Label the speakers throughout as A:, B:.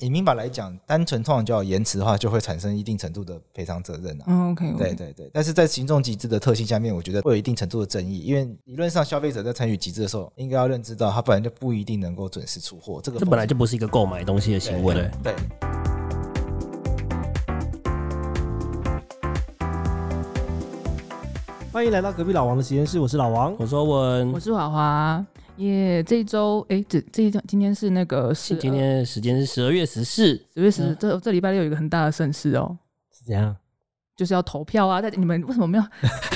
A: 以民法来讲，单纯通常叫延迟的话，就会产生一定程度的赔偿责任啊。
B: 嗯，OK，
A: 对对对，但是在行动集资的特性下面，我觉得会有一定程度的争议，因为理论上消费者在参与集资的时候，应该要认知到他本来就不一定能够准时出货，这个
C: 这本来就不是一个购买东西的行为。
A: 对对。
D: 欢迎来到隔壁老王的实验室，我是老王。
C: 我说文
B: 我，是华华耶。这一周，哎，这这一周今天是呃那个十
C: 今天嗯的时间是十二月十四，
B: 十月十，这这礼拜六有一个很大的盛事哦，
D: 是怎样？
B: 就是要投票啊。但你们为什么没有？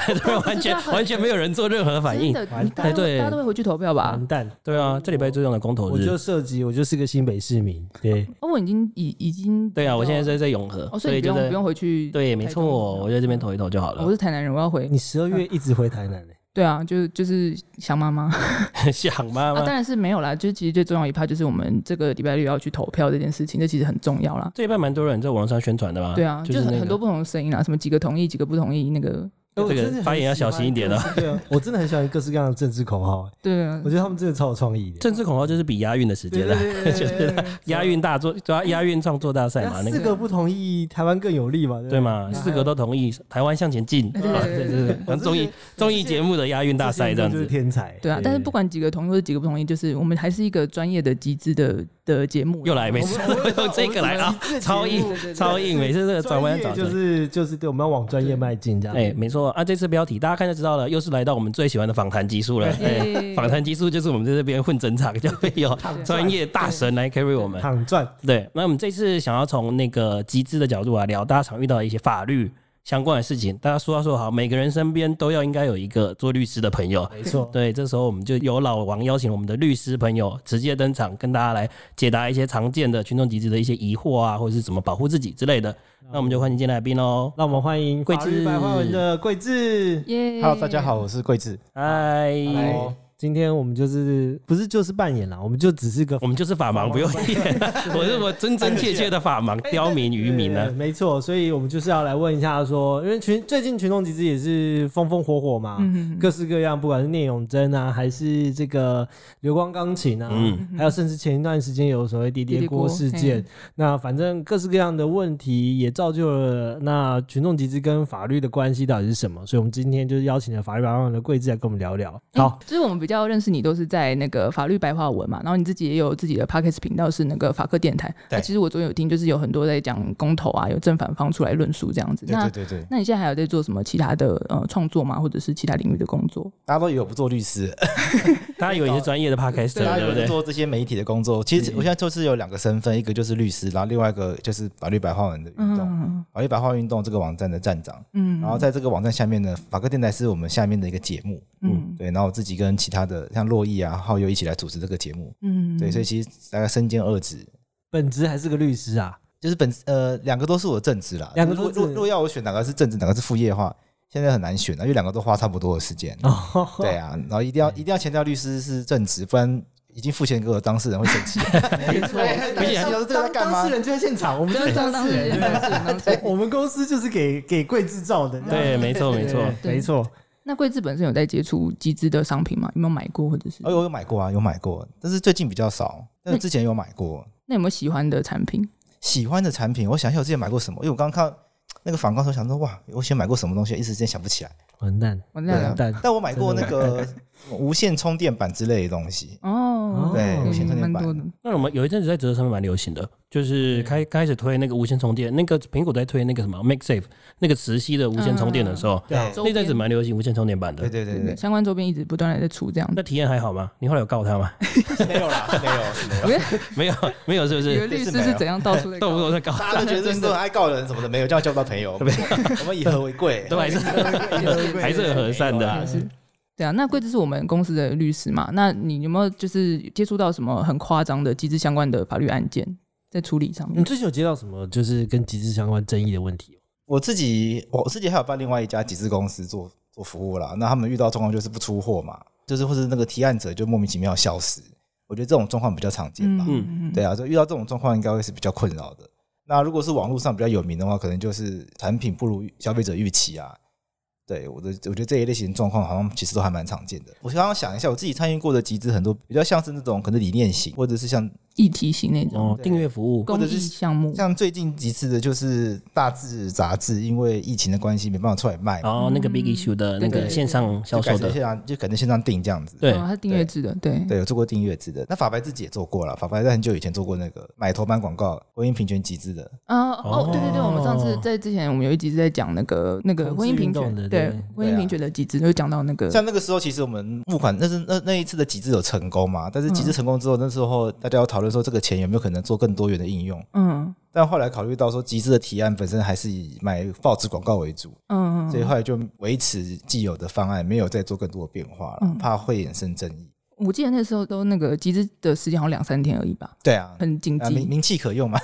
C: 对，完全完全没有人做任何反应
B: 真。的，你大
C: 哎
B: 家
C: 对
B: 大家都会回去投票吧
D: 完？蛋！
C: 对啊，这礼拜最重要的公投
D: 我
C: 日
D: 就。涉及，我就是个新北市民。对，
B: 哦，我已经已已经
C: 对啊，我现在在在永和，
B: 哦，所
C: 所
B: 以你
C: 以
B: 不
C: 就
B: 用
C: 在
B: 不用回去。
C: 对，没错，我就在这边投一投就好
B: 哦我
C: 了。
B: 是台南人，我要回
D: 你。十二月一直回台南欸嘞、
B: 对啊，就就是想妈妈。
C: 想妈
B: 啊，当
C: 妈，
B: 然是没有啦。就是其实最重要一趴就是我们这个礼拜六要去投票这件事情，这其实很重要啦。
C: 这一半蛮多人在网络上宣传的嘛。
B: 对啊，
C: 就是
B: 很
C: 那个
B: 很多不同的声音啊啦，什么几个同意，几个不同意，那个
D: 欸我
C: 这个
D: 真的很
C: 发言要
D: 喜欢
C: 小心一点哦
D: 各式对啊，我真的很喜欢各式各样的政治口号、欸
B: 对啊
D: 我，觉得他们真的超有创意的。
C: 政治恐慌就是比押韵的时间了，就是押韵大作，对啊，押韵创作大赛嘛，那
D: 四
C: 个
D: 个不同意，台湾更有利嘛？对
C: 对
D: 吗？
C: 嘛，四个都同意，台湾向前进，
B: 对对
C: 啊
B: 对
C: 对
B: 对
C: 对对，像综艺综艺节目的押韵大赛这样
D: 就是
C: 子。
D: 天才。
B: 对啊。但是不管几个同意或者几个不同意，就是我们还是一个专业的集资的的节目。
C: 又来，每次
D: 我们
C: 都用这个来啊，超硬超硬，每次这个转
D: 专
C: 弯
D: 业
C: 找
D: 就是就是对，我们要往专业迈进这样。
C: 哎，没错啊，这次标题大家看就知道了，又是来到我们最喜欢的访谈集数 了。哎，
B: 耶
C: 访谈集数就是我们在这边混整场，就会有 专业大神来 carry 我们。
D: 躺赚，
C: 对，那我们这次想要从那个集资的角度啊，聊大家常遇到的一些法律相关的事情。大家说到说好，每个人身边都要应该有一个做律师的朋友。
D: 没错。
C: 对，这时候我们就由老王邀请我们的律师朋友直接登场，跟大家来解答一些常见的群众集资的一些疑惑啊，或者是怎么保护自己之类的。那我们就欢迎今天来宾喽，
D: 让我们欢迎
C: 桂
D: 法律
C: 智
D: 白话文的桂智。
B: 耶
A: Hello，大家好，，我是桂智。
C: 嗨，
D: 哦今天我们就是不是就是扮演啦，我们就只是个
C: 我们就是法盲，不用演， 我是我真真切切的法盲，刁民渔民啊
D: 对
C: 呢。
D: 没错，所以我们就是要来问一下说，因为群最近群众集资也是风风火火嘛，
B: 嗯，
D: 各式各样，不管是聂永贞啊，还是这个流光钢琴啊，
C: 嗯
D: 还有甚至前一段时间有所谓滴
B: 滴
D: 滴
B: 滴
D: 锅
B: 锅
D: 事件
B: 嘿，
D: 那反正各式各样的问题也造就了那群众集资跟法律的关系到底是什么？所以我们今天就是邀请了法律白话文的桂智来跟我们聊聊。好，
B: 哎就是我们比较认识你都是在那个法律白话文嘛，然后你自己也有自己的 podcast 频道是那个法科电台。
A: 对
B: 那其实我昨天有听，就是有很多在讲公投啊，有正反方出来论述这样子。
A: 对
B: 那
A: 对对对，
B: 那你现在还有在做什么其他的呃创作吗？或者是其他领域的工作？
A: 大家都以为我不做律师，
C: 大家以为你是专业的 podcast，
A: 大家以
C: 对不
A: 为是
C: 对？嗯
A: 做这些媒体的工作。其实我现在就是有两个身份，一个就是律师，然后另外一个就是法律白话文的运动，
B: 嗯
A: 法律白话文运动这个网站的站长。
B: 嗯
A: 然后在这个网站下面呢，法科电台是我们下面的一个节目，
B: 嗯
A: 对。然后我自己跟其他的像洛毅啊、浩佑一起来主持这个节目，
B: 嗯
A: 对。所以其实大概身兼二职，
D: 本职还是个律师啊，
A: 就是本呃两个都是我的正职啦。
D: 两个
A: 如
D: 都
A: 果
D: 是
A: 如果如果要我选哪个是正职，哪个是副业的话，现在很难选啊，因为两个都花差不多的时间。
D: 哦，
A: 对啊，然后一定要一定要强调律师是正职，不然已经付钱给我的当事人会生气。
B: 哎
D: 没错，
C: 哎
A: 而且当
D: 当
A: 当
D: 事
A: 事
D: 人就在现场，我们就是当事人，我们公司就是给给桂智造的，
C: 对，没错，没错。
B: 对
D: 没错。
B: 那桂智本身有在接触集资的商品吗？有没有买过，或者是
A: 哦，我有买过啊，有买过，但是最近比较少，但是之前有买过。
B: 那有没有喜欢的产品？
A: 喜欢的产品，我想一下我之前买过什么，因为我刚刚看那个广告的时候想说，哇，我以前买过什么东西，一时之间想不起来。
D: 完蛋，
B: 我
A: 对
B: 那
A: 啊
D: 完蛋，
A: 但我买过那个什么 无线充电板之类的东西，
B: 哦，
A: 对
D: 哦，
A: 无线充
B: 嗯
A: 电
B: 蛮
A: 板
B: 多的，
C: 那我们有一阵子在折上面蛮流行的，就是开开始推那个无线充电，那个苹果在推那个什么 Make Safe 那个磁吸的无线充电的时候，
D: 对啊
B: 周
C: 那阵子
B: 边
C: 蛮流行无线充电板
A: 对
C: 的。
A: 对对
B: 对
A: 对
B: 对，相关周边一直不断的在出这样的。
C: 那体验还好吗？你后来有告他吗？
A: 对，没有啦，没有是 没有。
C: 没有，没有，是不
B: 你们
C: 是？
B: 律师是怎样到处在
C: 动不
B: 搞
C: 动在告，
A: 大家都觉得真的爱告人什么的，没有，这样交不到朋友。 我们以和为贵，
C: 都还是还是很和善的。
B: 对啊，那桂枝是我们公司的律师嘛？那你有没有就是接触到什么很夸张的集资相关的法律案件在处理上
D: 你
B: 面？
D: 最近有接到什么就是跟集资相关争议的问题吗？
A: 我自己我自己还有帮另外一家集资公司做做服务啦，那他们遇到状况就是不出货嘛，就是或是那个提案者就莫名其妙消失，我觉得这种状况比较常见吧。
B: 嗯
A: 对啊，就遇到这种状况应该会是比较困扰的。那如果是网络上比较有名的话，可能就是产品不如消费者预期啊，对我的，我觉得这一类型状况好像其实都还蛮常见的。我刚刚想一下，我自己参与过的集资很多比较像是那种可能理念型，或者是像
B: 议题型那种
C: 哦，订阅服务，
A: 或
B: 公
A: 者
B: 益
A: 是
B: 项目，
A: 像最近几次的就是大致杂志，因为疫情的关系没办法出来卖，
C: 然后那个 Big Issue 的那
B: 对对
C: 个
B: 对
C: 线上哦销
A: 就改
C: 售
A: 成
C: 的，
A: 线上就改成线上订这样子。
C: 对
B: 哦，它是订阅制的，对，
A: 对，有做过订阅制的。那法白自己也做过了，法白在很久以前做过那个买头版广告婚姻平权集资的，
B: 啊哦，对对对，我们上次
C: 哦
B: 在之前我们有一集是在讲那个那个
D: 同
B: 婚姻
D: 志
B: 平
D: 运动
B: 权，
D: 的
B: 对
D: 对
B: 婚姻
A: 对啊
B: 平权的机制，就讲到那个
A: 像那个时候，其实我们募款，那是那那一次的集资有成功嘛？但是集资成功之后，那时候大家要讨论说这个钱有没有可能做更多元的应用。
B: 嗯
A: 但后来考虑到说集资的提案本身还是以买报纸广告为主，
B: 嗯，
A: 所以后来就维持既有的方案，没有再做更多的变化
B: 嗯
A: 了，怕会衍生争议。
B: 我记得那时候都那个集资的时间好像两三天而已吧，
A: 对啊，
B: 很紧
A: 啊名
B: 急。
A: 名气可用嘛，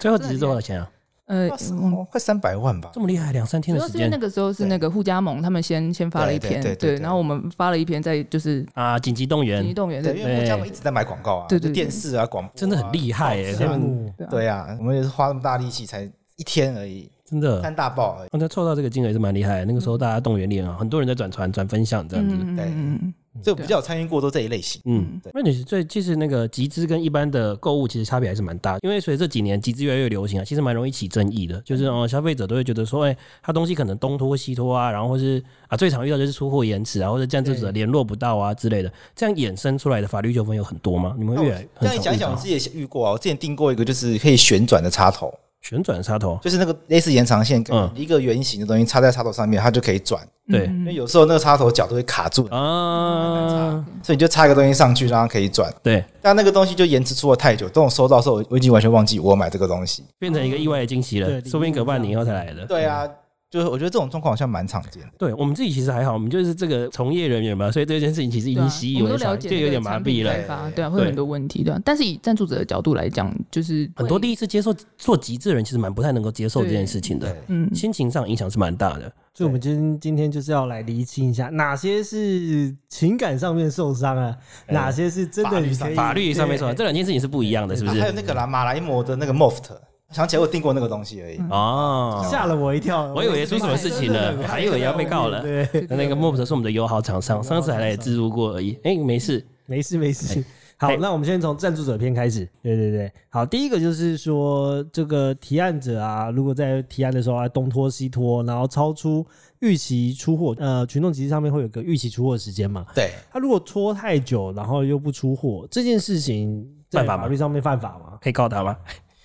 C: 最后只是多少钱啊？
B: 呃，忘
A: 哦快三百万吧
C: 这。么厉害，两三天
B: 主
C: 的
B: 要
C: 时
B: 是因为
C: 间
B: 那个时候是那个互加盟他们先先发了一
A: 对对
B: 篇
A: 对，对
B: 对，
A: 对
B: 然后我们发了一篇在就是
C: 啊，紧急动
B: 体育
C: 员
B: 动员的
A: 对，因为他们一直在买广告啊，
B: 对对
A: 就电视啊、广播啊，
C: 真的很厉害耶，
A: 报纸啊
C: 他们
D: 嗯
B: 对啊嗯
A: 对啊，我们也是花那么大力气，才一天而已，
C: 真的，
A: 三大报而已。
C: 刚哦才凑到这个金额也是蛮厉害的。那个时候大家动员力很好，很多人在转传、转分享这样子。
B: 嗯嗯嗯嗯
A: 所以我比较有参与过都这一类型。
C: 嗯，那你是最其实那个集资跟一般的购物其实差别还是蛮大的，因为随着这几年集资越来越流行啊，其实蛮容易起争议的，就是
B: 嗯
C: 哦消费者都会觉得说，哎、他东西可能东拖西拖啊，然后或是啊最常遇到就是出货延迟啊，或者降资者联络不到啊之类的，这样衍生出来的法律纠纷有很多吗？你们
A: 那
C: 会
A: 我
C: 越
B: 哦
A: 这
C: 来
A: 样一讲一讲，我自己也遇过啊。我之前订过一个，就是可以旋转的插头，
C: 旋转插头，
A: 就是那个类似延长线，
C: 嗯
A: 一个圆形的东西插在插头上面，它就可以转。
B: 嗯
C: 对
A: 因为有时候那个插头角都会卡住，
C: 啊，
A: 所以你就插一个东西上去，让它可以转。
C: 对，
A: 但那个东西就延迟出了太久，等我收到的时候，我我已经完全忘记我有买这个东西。
C: 变成一个意外的惊喜
B: 哦
C: 了，
D: 对
C: 说不定隔半年以后才来的。
A: 对啊，就是我觉得这种状况好像蛮常见的。
C: 对我们自己其实还好，我们就是这个从业人员嘛，所以这件事情其实已
B: 对啊
C: 经习以
B: 我们
C: 为
B: 都了
C: 常，
B: 解
C: 就
B: 这个
C: 有点麻
B: 产品
C: 痹了
B: 开。发，对啊，会
C: 对
B: 有很多问题，对啊。但是以赞助者的角度来讲，就是
C: 很多
B: 会
C: 第一次接受做极致的人，其实蛮不太能够接受这件事情的，
B: 嗯
C: 心情上影响是蛮大的。
D: 所以我们今今天就是要来厘清一下，哪些是情感上面受伤啊，
A: 哎
D: 哪些是真
A: 法
D: 的
A: 律
D: 你
A: 上
D: 可以
C: 法律上面说，
D: 对
C: 这两件事情是不一样的，是不
A: 啊还有
C: 是？
A: 那个啦，马来貘的那个 Moft，想起来我订过那个东西而已。
C: 哦，
D: 吓了我一跳，
C: 我以为出什么事情了，还以为要被告了。
D: 对，
C: 那那个莫普是我们的友好厂商，上次还来自入过而已。哎，没事，
D: 没事没事。好，
C: 哎
D: 那我们先从赞助者篇开始。对对对，好，第一个就是说，这个提案者啊，如果在提案的时候啊东拖西拖，然后超出预期出货，呃，群众集资上面会有个预期出货时间嘛，
A: 对，
D: 他如果拖太久，然后又不出货，这件事情在
C: 犯法吗
D: 法律上面犯法吗？
C: 可以告他吗？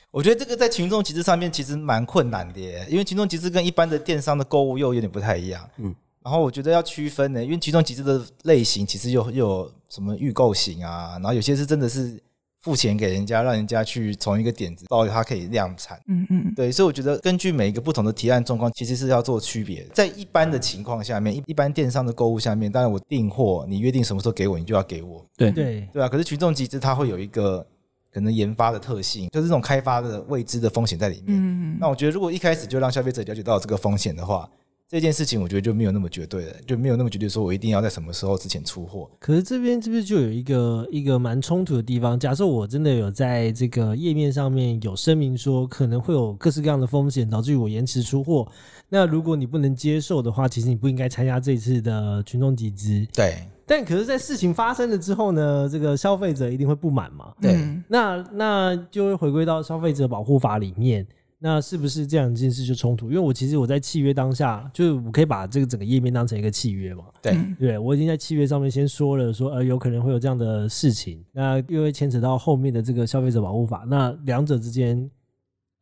A: 我觉得这个在群众集资上面其实蛮困难的耶，因为群众集资跟一般的电商的购物又有点不太一样。
C: 嗯
A: 嗯，然后我觉得要区分呢，因为群众集资的类型其实又又有什么预购型啊，然后有些是真的是付钱给人家，让人家去从一个点子到它可以量产。
B: 嗯嗯
A: 对，所以我觉得根据每一个不同的提案状况，其实是要做区别。在一般的情况下面，一一般电商的购物下面，当然我订货，你约定什么时候给我，你就要给我。
C: 对，
D: 对，
A: 对啊，可是群众集资它会有一个可能研发的特性，就是这种开发的未知的风险在里面。
B: 嗯
A: 那我觉得如果一开始就让消费者了解到这个风险的话，这件事情我觉得就没有那么绝对了，就没有那么绝对说我一定要在什么时候之前出货。
D: 可是这边是不是就有一个一个蛮冲突的地方？假设我真的有在这个页面上面有声明说可能会有各式各样的风险，导致于我延迟出货，那如果你不能接受的话，其实你不应该参加这次的群众集资。
A: 对
D: 但可是，在事情发生了之后呢，这个消费者一定会不满嘛？
A: 对
B: 嗯
D: 那那就会回归到消费者保护法里面。那是不是这两件事就冲突？因为我其实我在契约当下，就是我可以把这个整个页面当成一个契约嘛。
A: 对，
B: 嗯
D: 对，我已经在契约上面先说了说，呃，有可能会有这样的事情，那又会牵扯到后面的这个消费者保护法，那两者之间，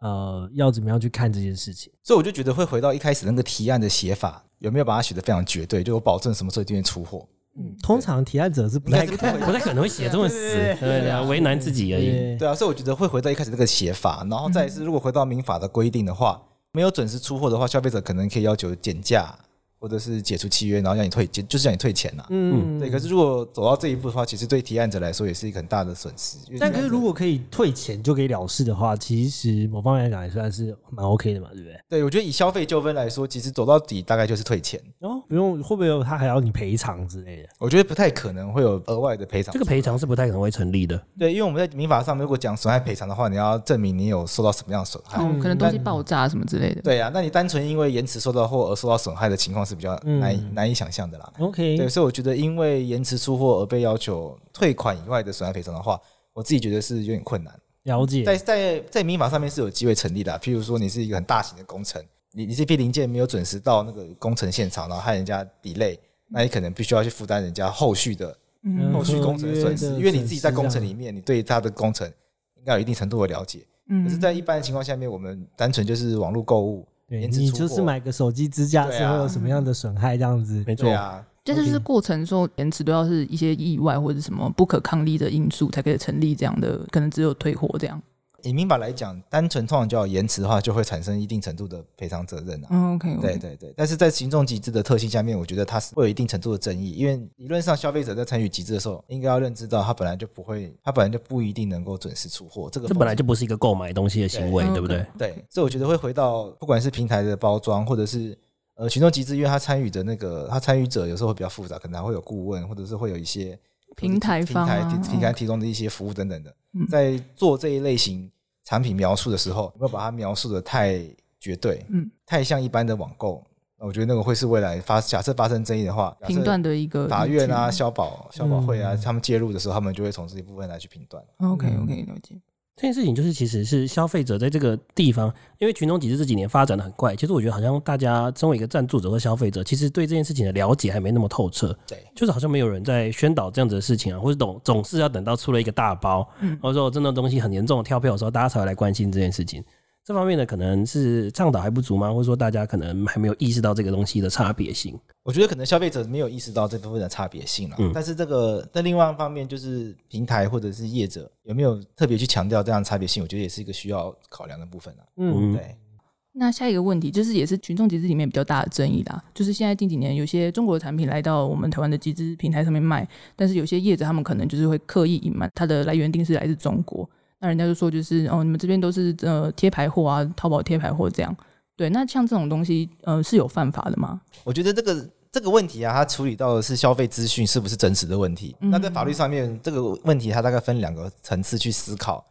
D: 呃，要怎么样去看这件事情？
A: 所以我就觉得会回到一开始那个提案的写法，有没有把它写的非常绝对，就我保证什么时候一定会出货。
D: 通常提案者是不
A: 应该
D: 太
A: 是
D: 看
A: 不会
C: 不太可能会写这么死，对对对，为难自己而已。
D: 对
A: 对啊，所以我觉得会回到一开始那个写法，然后再
D: 嗯
A: 是如果回到民法的规定的话，没有准时出货的话，消费者可能可以要求减价或者是解除契约，然后让你退，就是让你退钱呐、啊
D: 嗯，
A: 对，可是如果走到这一步的话，其实对提案者来说也是一个很大的损失。因为
D: 但
A: 提
D: 可
A: 案
D: 是
A: 者
D: 如果可以退钱就可以了事的话，其实某方面来讲也算是蛮 OK 的嘛，对不对？
A: 对我觉得以消费纠纷来说，其实走到底大概就是退钱。
D: 哦，不用会不会有他还要你赔偿之类的？
A: 我觉得不太可能会有额外的赔偿
C: 这。个赔偿是不太可能会成立的。
A: 对，因为我们在民法上面如果讲损害赔偿的话，你要证明你有受到什么样的损
D: 嗯
A: 害。
B: 哦，可能东西爆炸什么之类的。
A: 嗯对啊，那你单纯因为延迟受到或而受到损害的情况是比较
D: 嗯
A: 难以、难以想象的啦。对，
D: OK，
A: 所以我觉得因为延迟出货而被要求退款以外的损害赔偿的话，我自己觉得是有点困难。
D: 了解。
A: 在在在民法上面是有机会成立的啊、譬如说你是一个很大型的工程，你你这批零件没有准时到那个工程现场，然后害人家 delay，那你可能必须要去负担人家后续的
D: 嗯
A: 后续工程的损失
D: 合约，的
A: 因为你自己在工程
D: 损失
A: 里面，你对它的工程应该有一定程度的了解。
B: 嗯
A: 可是，在一般的情况下面，我们单纯就是网络购物，
D: 对
A: 延迟
D: 你
A: 出
D: 就是
A: 货
D: 买个手机支架
A: 对
D: 是会有
A: 啊
D: 什么样的损害这样子？
C: 没错
A: 对，啊，
B: 这就是过程中延迟都要是一些意外或者什么不可抗力的因素才可以成立这样的，可能只有退货这样。
A: 以民法来讲，单纯通常叫延迟的话，就会产生一定程度的赔偿责任啊。
B: 嗯，OK，
A: 对对对，但是在行动集资的特性下面，我觉得它是会有一定程度的争议，因为理论上消费者在参与集资的时候，应该要认知到他本来就不会，他本来就不一定能够准时出货，这个
C: 这
A: 风
C: 本来
A: 险
C: 就不是一个购买东西的行为，
B: 对
C: 对不对？
A: 对，所以我觉得会回到不管是平台的包装，或者是呃群众集资，因为他参与的那个他参与者有时候会比较复杂，可能还会有顾问，或者是会有一些
B: 平台
A: 平
B: 方
A: 台嗯
B: 啊
A: 提平台提供的一些服务等等的，在做这一类型产品描述的时候，有没有把它描述的太绝对，
B: 嗯，
A: 太像一般的网购？我觉得那个会是未来发假设发生争议的话，假设
B: 评断的嗯一个
A: 法
B: 依
A: 院
B: 据
A: 啊、消保消保会啊，他们介入的时候，他们就会从这一部分来去评断。
B: 哦 OK
A: 嗯
B: OK 了解，
C: 这件事情就是，其实是消费者在这个地方，因为群众集资这几年发展的很快，其实我觉得好像大家身为一个赞助者和消费者，其实对这件事情的了解还没那么透彻，
A: 对，
C: 就是好像没有人在宣导这样子的事情啊，或者总总是要等到出了一个大包，或者说真的东西很严重的跳票的时候，大家才会来关心这件事情。这方面呢，可能是倡导还不足吗？或者说大家可能还没有意识到这个东西的差别性？
A: 我觉得可能消费者没有意识到这部分的差别性了，啊
C: 嗯
A: 但是这个在另外一方面，就是平台或者是业者有没有特别去强调这样的差别性，我觉得也是一个需要考量的部分啊。
D: 嗯，
A: 对，
B: 那下一个问题就是，也是群众集资里面比较大的争议啦，就是现在近几年有些中国的产品来到我们台湾的集资平台上面卖，但是有些业者他们可能就是会刻意隐瞒它的来源定是来自中国，那人家就说就是哦，你们这边都是呃贴牌货啊，淘宝贴牌货这样。对，那像这种东西，呃，是有犯法的吗？
A: 我觉得这个这个问题啊，它处理到的是消费资讯是不是真实的问题。那在法律上面，这个问题它大概分两个层次去思考，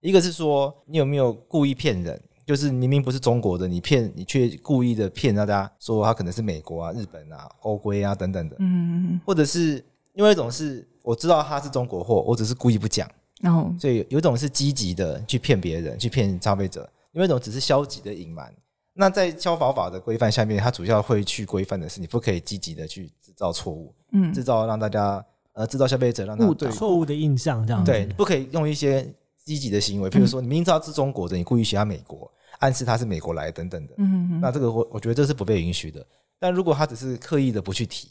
A: 一个是说你有没有故意骗人，就是明明不是中国的，你骗你却故意的骗大家说它可能是美国啊、日本啊、欧规啊等等的，
B: 嗯，
A: 或者是另外一种是我知道它是中国货，我只是故意不讲。
B: 然后
A: 所以有一种是积极的去骗别人，去骗消费者；，另外一种只是消极的隐瞒。那在消保法的规范下面，它主要会去规范的是，你不可以积极的去制造错误，
B: 嗯
A: 制造让大家呃制造消费者让他
B: 误导
A: 对
D: 错误的印象这样子。
A: 对，你不可以用一些积极的行为，譬如说你明知道是中国的，你故意学他美国，暗示他是美国来等等的。
B: 嗯
A: 那这个我我觉得这是不被允许的。但如果他只是刻意的不去提，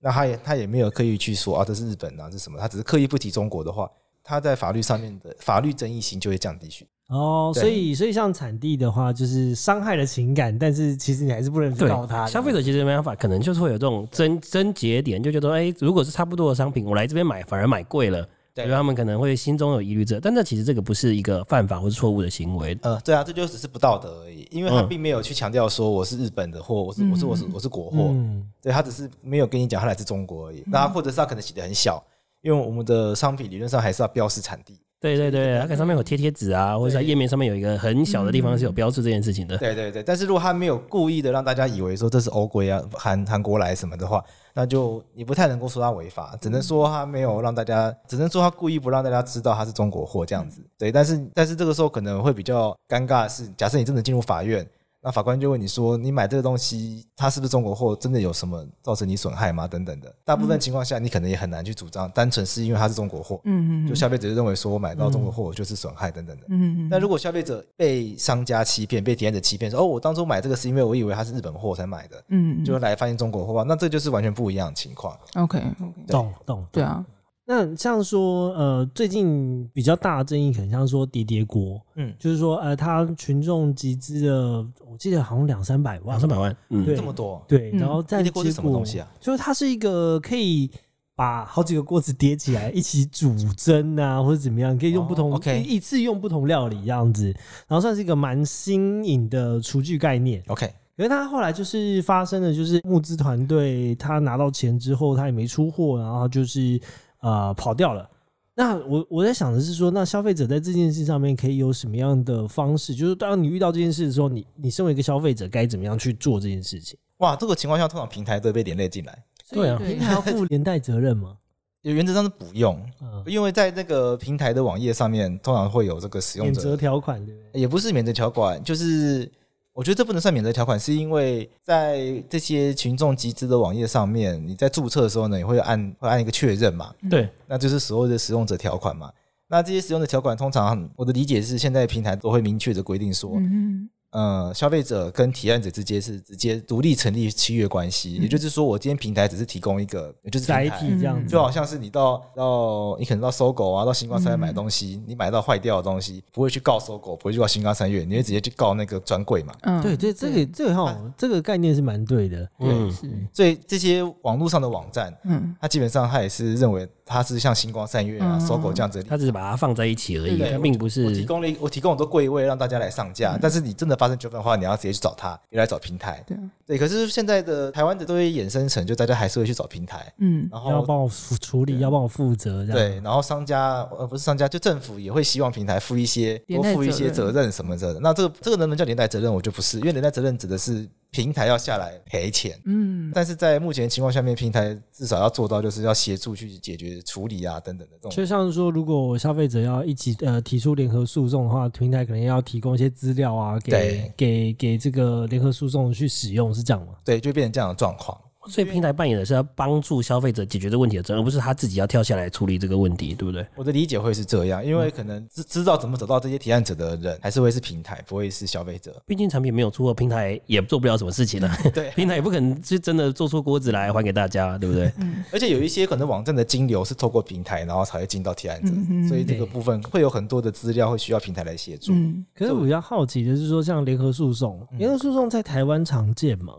A: 那他也他也没有刻意去说啊这是日本啊这是什么，他只是刻意不提中国的话，他在法律上面的法律争议性就会降低许多。
D: 哦，
A: 对
D: 所以所以像产地的话，就是伤害了情感，但是其实你还是不能去
C: 对
D: 告他。
C: 消费者其实没办法，可能就是会有这种争争节点，就觉得哎、如果是差不多的商品，我来这边买反而买贵了，
A: 对
C: 所以他们可能会心中有疑虑这，但这其实这个不是一个犯法或是错误的行为。
A: 呃，对啊，这就只是不道德而已，因为他并没有去强调说我是日本的货，我是我是我是我是国货，
D: 嗯，
A: 对他只是没有跟你讲他来自中国而已。那或者是他可能写的很小，因为我们的商品理论上还是要标示产地。
C: 对对对，它可能上面有贴贴纸啊，或者在页面上面有一个很小的地方是有标志这件事情 的。
A: 对对对，但是如果他没有故意的让大家以为说这是欧规啊、韩韩国来什么的话，那就你不太能够说他违法，只能说他没有让大家，只能说他故意不让大家知道他是中国货这样子。对，但是但是这个时候可能会比较尴尬的是，假设你真的进入法院。那法官就问你说：“你买这个东西，它是不是中国货？真的有什么造成你损害吗？等等的。大部分情况下，你可能也很难去主张，单纯是因为它是中国货，
B: 嗯嗯
A: 就消费者就认为说我买到中国货，我就是损害等等的。
B: 嗯
A: 但如果消费者被商家欺骗、被体验者欺骗，说哦，我当初买这个是因为我以为它是日本货才买的，
B: 嗯
A: 就来发现中国货，啊那这就是完全不一样的情况。
B: OK OK，
D: 懂懂。
B: 对啊，
D: 那像说呃，最近比较大的争议，可能像说叠叠国，
A: 嗯，
D: 就是说呃，他群众集资了，我记得好像两三百万
C: 两，三百万，嗯，
D: 对
A: 这么多，
D: 对，
B: 嗯
D: 然后但
A: 叠
D: 结
A: 叠锅
D: 果
A: 是什么东西啊？
D: 就是它是一个可以把好几个锅子叠起来一起煮蒸啊，或者怎么样，可以用不同、
A: 哦，OK
D: 一一次用不同料理这样子，然后算是一个蛮新颖的厨具概念。
A: OK，
D: 可是他后来就是发生了，就是募资团队他拿到钱之后，他也没出货，然后就是呃跑掉了。那我我在想的是说，那消费者在这件事上面可以有什么样的方式？就是当你遇到这件事的时候，你你身为一个消费者该怎么样去做这件事情？
A: 哇，这个情况下通常平台都会被连累进来，
B: 所以
C: 对啊
D: 平台要负连带责任吗？
A: 原则上是不用，
D: 嗯，
A: 因为在那个平台的网页上面通常会有这个使用
D: 免责
A: 者，
D: 条款对不对？
A: 也不是免责条款，就是我觉得这不能算免责条款，是因为在这些群众集资的网页上面，你在注册的时候呢，你会按会按一个确认嘛，
C: 对，
A: 那就是所谓的使用者条款嘛。那这些使用者条款，通常我的理解是，现在平台都会明确的规定说，
B: 嗯
A: 呃，消费者跟提案者之间是直接独立成立契约关系，也就是说，我今天平台只是提供一个，也就是
D: 载
A: 平台
D: 体这样
B: 嗯
D: 子，
A: 就好像是你到到你可能到搜狗啊，到星光三月买东西，你买到坏掉的东西，不会去告搜狗，不会去告星光三月，你会直接去告那个专柜嘛。
B: 嗯，
D: 对对，这个这个哈，这个概念是蛮对的。
C: 嗯，
B: 是，
A: 所以这些网络上的网站，
B: 嗯，
A: 它基本上它也是认为它是像星光三月啊、
B: 嗯
A: 搜狗这样子的地方。
C: 他只是把它放在一起而已，
A: 对
C: 它并不
A: 我提
C: 是
A: 供了一我提供很多柜位让大家来上架，但是你真的发生纠纷的话，你要直接去找他，别来找平台。
B: 对啊，
A: 对，可是现在的台湾的都会衍生成，就大家还是会去找平台，
B: 嗯，
A: 然
D: 要
A: 后
D: 帮我负处理，
A: 对
D: 要帮我负责，这样
A: 对，然后商家呃不是商家，就政府也会希望平台负一些
B: 连
A: 多
B: 带
A: 负一
B: 责
A: 些
B: 任
A: 责任什么的。那这个这个能不能叫连带责任？我就不是，因为连带责任指的是平台要下来赔钱。
B: 嗯，
A: 但是在目前的情况下面，平台至少要做到就是要协助去解决处理啊等等的这
D: 就
A: 种。
D: 像是说，如果消费者要一起呃提出联合诉讼的话，平台可能要提供一些资料啊，给
A: 对
D: 给给这个联合诉讼去使用，是这样吗？
A: 对，就会变成这样的状况。
C: 所以平台扮演的是要帮助消费者解决这个问题的责任，而不是他自己要跳下来处理这个问题，对不对？
A: 我的理解会是这样，因
B: 嗯
A: 为可能知知道怎么找到这些提案者的人，还是会是平台，不会是消费者。
C: 毕竟产品没有出货，平台也做不了什么事情啊了、
A: 对
C: 平台也不可能是真的做出锅子来还给大家，对不对？
D: 嗯
A: 而且有一些可能网站的金流是透过平台，然后才会进到提案者，
B: 嗯哼
A: 所以这个部分会有很多的资料会需要平台来协助。
B: 嗯，
D: 可是我比较好奇的是说，像联合诉讼，联合诉讼在台湾常见吗？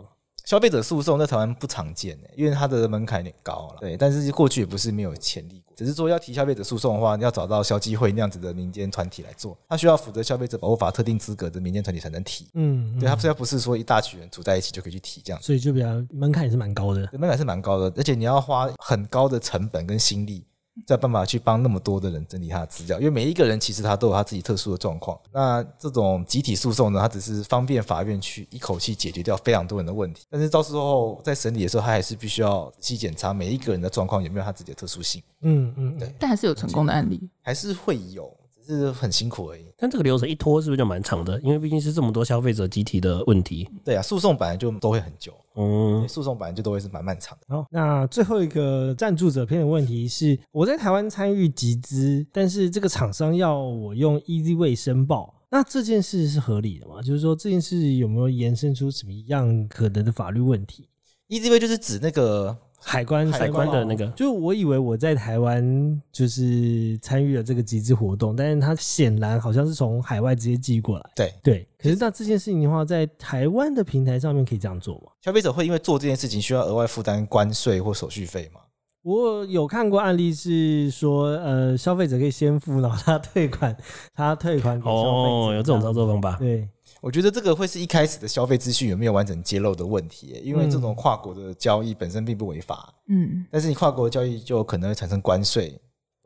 A: 消费者诉讼在台湾不常见、欸，因为它的门槛有点高了。对，但是过去也不是没有潜力过，只是说要提消费者诉讼的话，要找到消基会那样子的民间团体来做，它需要符合消费者保护法特定资格的民间团体才能提。
D: 嗯，
A: 对，它
D: 嗯
A: 虽然不是说一大群人组在一起就可以去提这样子，
D: 所以就比较门槛也是蛮高的。
A: 门槛是蛮高的，而且你要花很高的成本跟心力。才有办法去帮那么多的人整理他的资料，因为每一个人其实他都有他自己特殊的状况。那这种集体诉讼呢，它只是方便法院去一口气解决掉非常多人的问题，但是到时候在审理的时候，他还是必须要仔细检查每一个人的状况有没有他自己的特殊性，
D: 嗯嗯，嗯
A: 对
B: 但还是有成功的案例，
A: 还是会有，只是很辛苦而已。
C: 但这个流程一拖是不是就蛮长的？因为毕竟是这么多消费者集体的问题。
A: 对啊，诉讼本来就都会很久，
C: 嗯，
A: 诉讼本来就都会是蛮漫长的。
D: 好，那最后一个赞助者篇的问题是，我在台湾参与集资，但是这个厂商要我用 EasyWay 申报，那这件事是合理的吗？就是说这件事有没有延伸出什么样可能的法律问题？
A: EZV E 就是指那个
D: 海关
A: 海
C: 海关的那个，
D: 就我以为我在台湾就是参与了这个集资活动，但是它显然好像是从海外直接寄过来。
A: 对
D: 对，可是那这件事情的话，在台湾的平台上面可以这样做吗？
A: 消费者会因为做这件事情需要额外负担关税或手续费吗？
D: 我有看过案例是说，呃，消费者可以先付，然后他退款，他退款给消费者。
C: 哦，有这种操作方法。
D: 对，
A: 我觉得这个会是一开始的消费资讯有没有完整揭露的问题耶，因为这种跨国的交易本身并不违法，
B: 嗯
A: 但是你跨国的交易就可能会产生关税。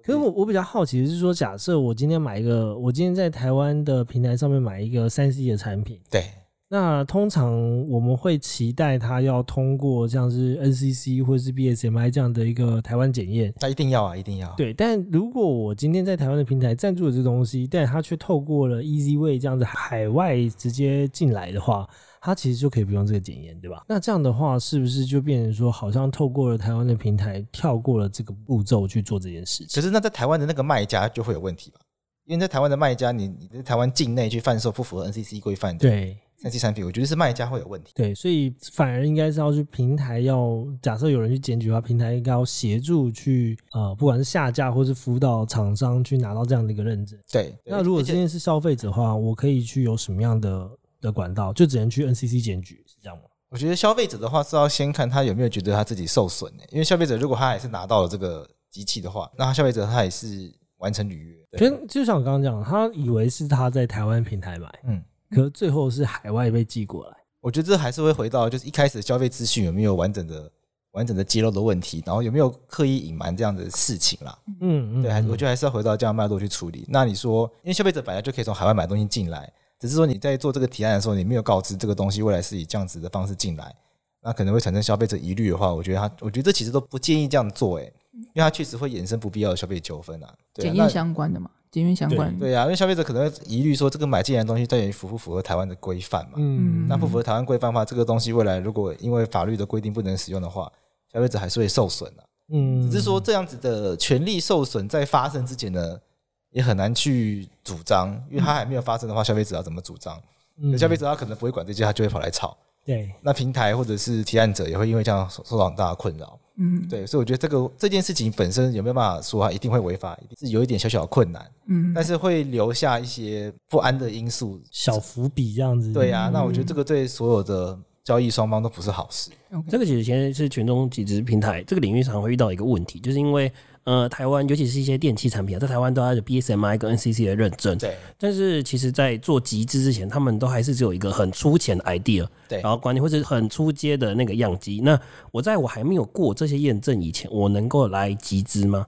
D: 可是我我比较好奇的是说，假设我今天买一个，我今天在台湾的平台上面买一个三 C 的产品，
A: 对，
D: 那通常我们会期待它要通过像是 NCC 或是 BSMI 这样的一个台湾检验。
A: 那一定要啊，一定要。，
D: 对，但如果我今天在台湾的平台赞助了这东西，但它却透过了 EasyWay 这样子海外直接进来的话，它其实就可以不用这个检验，对吧？那这样的话，是不是就变成说，好像透过了台湾的平台，跳过了这个步骤去做这件事
A: 可
D: 情？
A: 是那在台湾的那个卖家就会有问题吧？因为在台湾的卖家，你你在台湾境内去贩售不符合 NCC 规范的
D: 对
A: 三 C 产品，我觉得是卖家会有问题。
D: 对，所以反而应该是要去平台要，假设有人去检举的话，平台应该要协助去呃，不管是下架或是辅导厂商去拿到这样的一个认证。
A: 对，对
D: 那如果
A: 而且
D: 今天是消费者的话，我可以去有什么样的的管道？就只能去 NCC 检举，是这样吗？
A: 我觉得消费者的话是要先看他有没有觉得他自己受损、欸、因为消费者如果他还是拿到了这个机器的话，那他消费者他也是完成履约。对
D: 可是就像我刚刚讲，他以为是他在台湾平台买，
A: 嗯，
D: 可是最后是海外被寄过来。
A: 我觉得这还是会回到就是一开始消费资讯有没有完整的完整的揭露的问题，然后有没有刻意隐瞒这样的事情啦。
D: 嗯嗯，
A: 对，还是
D: 嗯
A: 我觉得还是要回到这样脉络去处理。那你说，因为消费者本来就可以从海外买东西进来，只是说你在做这个提案的时候，你没有告知这个东西未来是以这样子的方式进来，那可能会产生消费者疑虑的话，我觉得他，我觉得这其实都不建议这样做、欸，因为它确实会衍生不必要的消费纠纷啊。对啊
B: 检
A: 那
B: 验相关的嘛，检验相关。
A: 对啊，因为消费者可能会疑虑说，这个买进来的东西到底符不符合台湾的规范嘛？
D: 嗯，
A: 那不符合台湾规范的话，这个东西未来如果因为法律的规定不能使用的话，消费者还是会受损的、啊
D: 嗯，
A: 只是说这样子的权利受损在发生之前呢，也很难去主张，因为它还没有发生的话，消费者要怎么主张？
D: 嗯
A: 消费者他可能不会管这些，他就会跑来吵。
D: 对，
A: 那平台或者是提案者也会因为这样受受到很大的困扰。
B: 嗯，
A: 对，所以我觉得这个这件事情本身有没有办法说它一定会违法，一定是有一点小小的困难，
B: 嗯，
A: 但是会留下一些不安的因素。
D: 小伏笔这样子，
A: 对呀、那我觉得这个对所有的交易双方都不是好事。
C: 这个其实现在是群众集资平台这个领域常会遇到一个问题，就是因为呃，台湾尤其是一些电器产品啊，在台湾都要有 BSMI 跟 NCC 的认证，
A: 对
C: 但是其实，在做集资之前，他们都还是只有一个很粗浅的 idea，
A: 对
C: 然后观念或者是很出街的那个样机。那我在我还没有过这些验证以前，我能够来集资吗？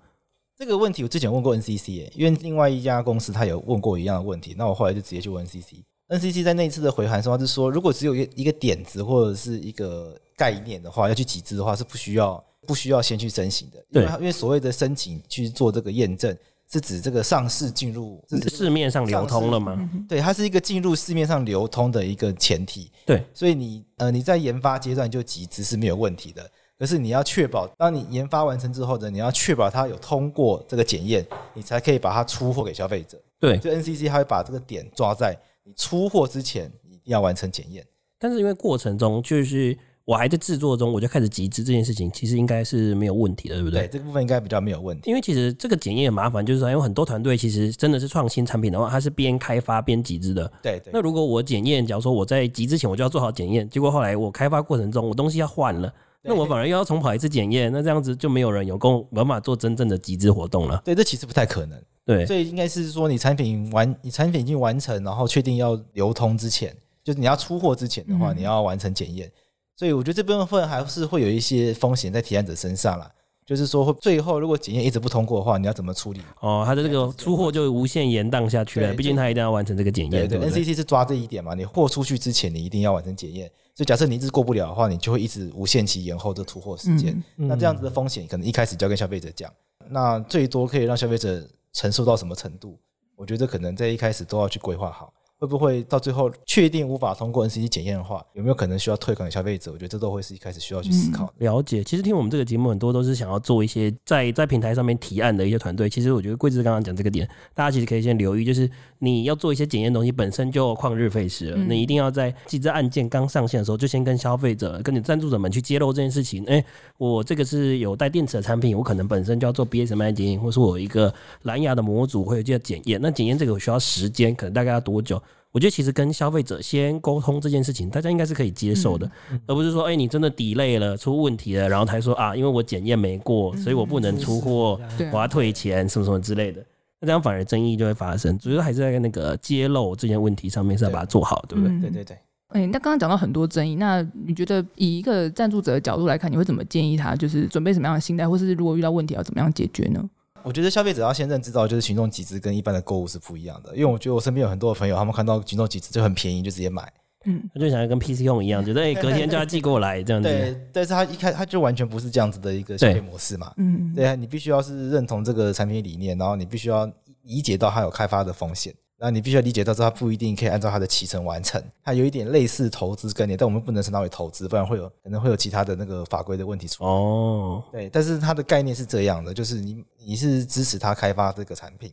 A: 这个问题我之前问过 NCC，、耶，因为另外一家公司他有问过一样的问题，那我后来就直接去问 NCC。NCC 在那一次的回函中，他是说，如果只有一一个点子或者是一个概念的话，要去集资的话是不需要不需要先去申请的，因为
C: 对
A: 它因为所谓的申请去做这个验证，是指这个上市进入是指
C: 市面上流通了吗？
B: 嗯
A: 对，它是一个进入市面上流通的一个前提。
C: 对，
A: 所以你呃你在研发阶段就集资是没有问题的，可是你要确保，当你研发完成之后呢，你要确保它有通过这个检验，你才可以把它出货给消费者。
C: 对。
A: 就 NCC 它会把这个点抓在你出货之前，你一定要完成检验。
C: 但是因为过程中，就是我还在制作中，我就开始集资这件事情，其实应该是没有问题的，对不
A: 对，
C: 对？
A: 这个部分应该比较没有问题。
C: 因为其实这个检验很麻烦，就是说，因为很多团队其实真的是创新产品的话，它是边开发边集资的。
A: 对对
C: 那如果我检验，假如说我在集之前我就要做好检验，结果后来我开发过程中我东西要换了，那我反而又要重跑一次检验，那这样子就没有人有功没办法做真正的集资活动了。
A: 对，这其实不太可能。
C: 对，
A: 所以应该是说，你产品完，你产品已经完成，然后确定要流通之前，就是你要出货之前的话，
B: 嗯
A: 你要完成检验。所以我觉得这部分还是会有一些风险在提案者身上啦。就是说，会最后如果检验一直不通过的话，你要怎么处理？
C: 哦，它的这个出货就无限延宕下去了，
A: 对
C: 毕竟它一定要完成这个检验，
A: 对
C: 对不对？
A: ，NCC 是抓这一点嘛，你货出去之前，你一定要完成检验。所以假设你一直过不了的话，你就会一直无限期延后这出货时间。
D: 嗯
A: 那这样子的风险，可能一开始就要跟消费者讲，那最多可以让消费者承受到什么程度？我觉得可能在一开始都要去规划好，会不会到最后确定无法通过 NCC 检验的话，有没有可能需要退款给消费者？我觉得这都会是一开始需要去思考的。
C: 了解，其实听我们这个节目，很多都是想要做一些在在平台上面提案的一些团队。其实我觉得桂枝刚刚讲这个点，大家其实可以先留意，就是你要做一些检验的东西，本身就旷日费时了，
B: 嗯
C: 你一定要在记这案件刚上线的时候，就先跟消费者、跟你赞助者们去揭露这件事情。哎、我这个是有带电池的产品，我可能本身就要做 BSMI 检验，或是我有一个蓝牙的模组会有这个检验。那检验这个我需要时间，可能大概要多久？我觉得其实跟消费者先沟通这件事情，大家应该是可以接受的，而不是说，哎、你真的 delay 了，出问题了，然后才说啊，因为我检验没过，所以我不能出
D: 嗯
C: 货，
B: 对啊
C: 我要退钱，什么什么之类的。那这样反而争议就会发生，主要还是在那个揭露这件问题上面是要把它做好，对不对？
B: 嗯
A: 对对对，
B: 哎、那刚刚讲到很多争议，那你觉得以一个赞助者的角度来看，你会怎么建议他，就是准备什么样的心态，或是如果遇到问题要怎么样解决呢？
A: 我觉得消费者要先认知到，就是群众集资跟一般的购物是不一样的。因为我觉得我身边有很多的朋友，他们看到群众集资就很便宜，就直接买。
B: 嗯，
C: 他就想要跟 PC Home 一样，觉得哎、隔天就要寄过来这样子。
A: 对，但是他一开他就完全不是这样子的一个消费模式嘛。
B: 嗯，
A: 对啊，你必须要是认同这个产品理念，然后你必须要理解到它有开发的风险，那你必须要理解到这它不一定可以按照它的期程完成，它有一点类似投资概念，但我们不能称它为投资，不然会有可能会有其他的那个法规的问题出来。
C: 哦，
A: 对，但是它的概念是这样的，就是你你是支持它开发这个产品，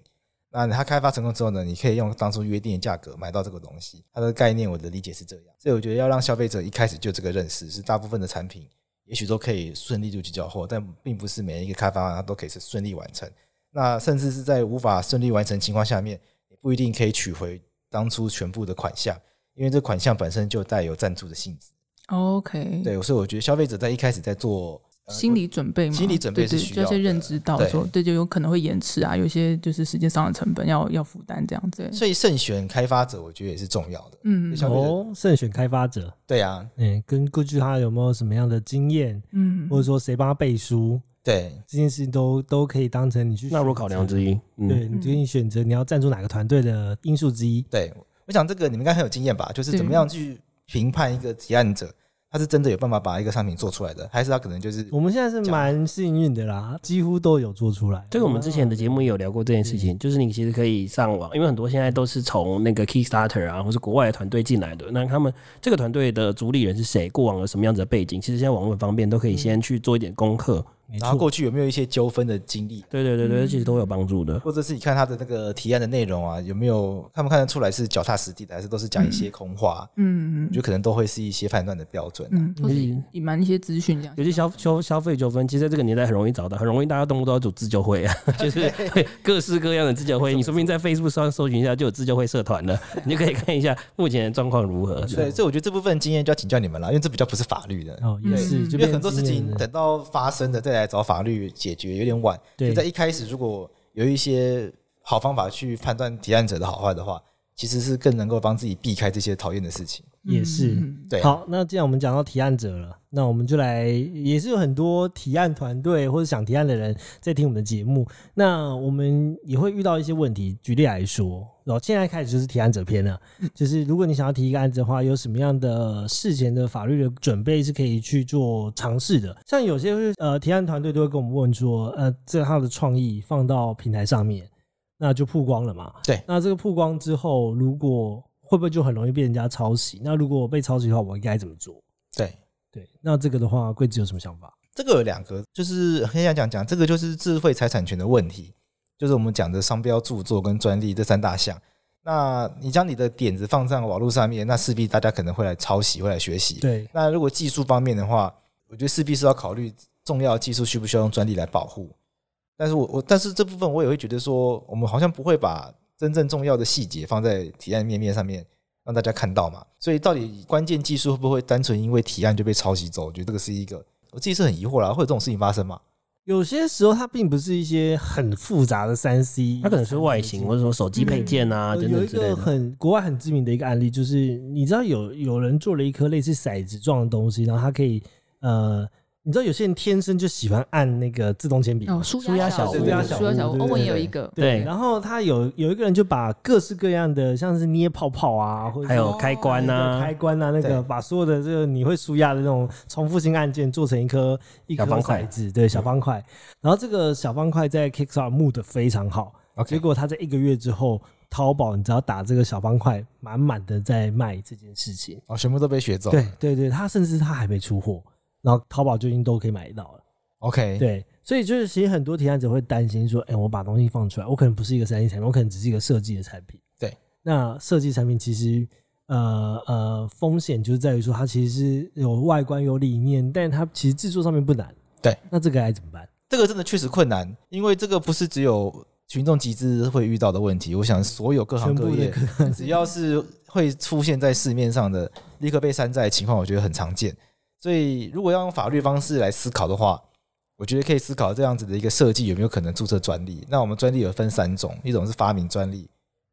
A: 那它开发成功之后呢，你可以用当初约定的价格买到这个东西。它的概念我的理解是这样，所以我觉得要让消费者一开始就这个认识，是大部分的产品也许都可以顺利就去交货，但并不是每一个开发它都可以是顺利完成。那甚至是在无法顺利完成情况下面，也不一定可以取回当初全部的款项，因为这款项本身就带有赞助的性质。
B: ，OK，，
A: 对，所以我觉得消费者在一开始在做、呃
B: 心理准备嘛，
A: 心理准备
B: 对
A: 是
B: 对，
A: 需
B: 就
A: 要
B: 要
A: 的
B: 先认知到
A: 对
B: 说，对，就有可能会延迟啊，有一些就是时间上的成本要要负担这样子。
A: 所以慎选开发者，我觉得也是重要的。
B: 嗯
A: 消费者
D: 哦，慎选开发者，
A: 对啊，
D: 嗯、跟根据他有没有什么样的经验，
B: 嗯，
D: 或者说谁帮他背书，
A: 对，
D: 这件事情都都可以当成你去
C: 纳入
D: 选
C: 考
D: 择
C: 量之一。嗯，
D: 对，你给你选择你要赞助哪个团队的因素之一。
A: 对，我想这个你们应该很有经验吧？就是
B: 对
A: 怎么样去评判一个提案者，他是真的有办法把一个商品做出来的，还是他可能就是
D: 我们现在是蛮幸运的啦，几乎都有做出来。
C: 这个我们之前
D: 哦
C: 的节目也有聊过这件事
D: 嗯
C: 情，就是你其实可以上网，因为很多现在都是从那个 Kickstarter 啊，或是国外的团队进来的。那他们这个团队的主理人是谁，过往有什么样子的背景，其实现在网络很方便，都
D: 嗯
C: 可以先去做一点功课。
D: 没
A: 然后
D: 错，
A: 过去有没有一些纠纷的经历，
C: 对对对对，其实都有帮助的。
A: 或者是你看他的那个提案的内容啊，有没有看不看得出来是脚踏实地的，还是都是讲一些空话？
B: 嗯
A: 我觉得可能都会是一些判断的标准啊、
B: 嗯，或是隐瞒一些资讯这样
C: 尤。其消消消费纠纷，其实在这个年代很容易找到，很容易大家动不动要组自救 会啊，就是会 各式各样的自救会。你说不定在 Facebook 上搜寻一下就有自救会社团 了，你就可以看一下目前的状况如何。
A: 所以，所以我觉得这部分经验就要请教你们了，因为这比较不是法律的，
D: 哦也
B: 嗯
D: 是，就
A: 因
D: 变
A: 为
D: 成
A: 很多事
D: 经验
A: 情
D: 了
A: 等到发生了再来找法律解决有点晚。就
D: 对
A: 在一开始，如果有一些好方法去判断提案者的好坏的话，其实是更能够帮自己避开这些讨厌的事情。
D: 也是。
B: 嗯
A: 对啊，
D: 好，那既然我们讲到提案者了，那我们就来，也是有很多提案团队或者想提案的人在听我们的节目，那我们也会遇到一些问题。举例来说，然后现在开始就是提案者篇了，就是如果你想要提一个案子的话，有什么样的事前的法律的准备是可以去做尝试的？像有些是呃提案团队都会跟我们问说，呃，这他的创意放到平台上面，那就曝光了嘛。
A: 对
D: 那这个曝光之后，如果会不会就很容易被人家抄袭？那如果我被抄袭的话，我应该怎么做？
A: 对，
D: 对，那这个的话，贵子有什么想法？
A: 这个有两个，就是很想讲讲，这个就是智慧财产权的问题，就是我们讲的商标、著作跟专利这三大项。那你将你的点子放在网络上面，那势必大家可能会来抄袭，会来学习。
D: 对，
A: 那如果技术方面的话，我觉得势必是要考虑重要的技术需不需要用专利来保护。但是我我但是这部分我也会觉得说，我们好像不会把真正重要的细节放在提案面面上面让大家看到嘛。所以到底关键技术会不会单纯因为提案就被抄袭走？我觉得这个是一个我自己是很疑惑啦，会有这种事情发生吗？
D: 有些时候它并不是一些很复杂的三 C，
C: 它可能是外
D: 嗯
C: 形或者说手机配件啊
D: 呃
C: 等
D: 有
C: 等
D: 一
C: 之类的。
D: 个很国外很知名的一个案例，就是你知道有有人做了一颗类似骰子状的东西，然后它可以呃，你知道有些人天生就喜欢按那个自动铅笔，
B: 哦，舒
C: 舒压小
B: 小
C: 屋
B: 舒
D: 舒压小
B: 压小
D: 屋
B: 屋，
D: 对
B: 哦，我
A: 对
B: 也有
A: 对
B: 一个，
C: 对
D: 然后他有有一个人就把各式各样的像是捏泡泡啊，或者
C: 还有开关
D: 呐、
C: 啊
D: 开，关啊，那
A: 对
D: 个把所有的这个你会舒压的那种重复性按键做成一颗一颗
C: 小方块
D: 骰子，对小方块。然后这个小方块在 Kickstarter 募的非常好
A: OK
D: 结果他在一个月之后，淘宝你只要打这个小方块，满满的在卖这件事情。
A: 哦，全部都被学走。
D: 对对对，他甚至他还没出货，然后淘宝就已经都可以买得到了。
A: ，OK，
D: 对，所以就是其实很多提案者会担心说，哎、我把东西放出来，我可能不是一个三 D 产品，我可能只是一个设计的产品。
A: 对，
D: 那设计产品其实呃呃风险就是在于说，它其实是有外观有理念，但它其实制作上面不难。
A: 对，
D: 那这个该怎么办？
A: 这个真的确实困难，因为这个不是只有群众集资会遇到的问题，我想所有各行
D: 全
A: 各
D: 部的
A: 业。
D: 可能
A: 只要是会出现在市面上的，立刻被山寨的情况，我觉得很常见。所以，如果要用法律方式来思考的话，我觉得可以思考这样子的一个设计有没有可能注册专利。那我们专利有分三种，一种是发明专利，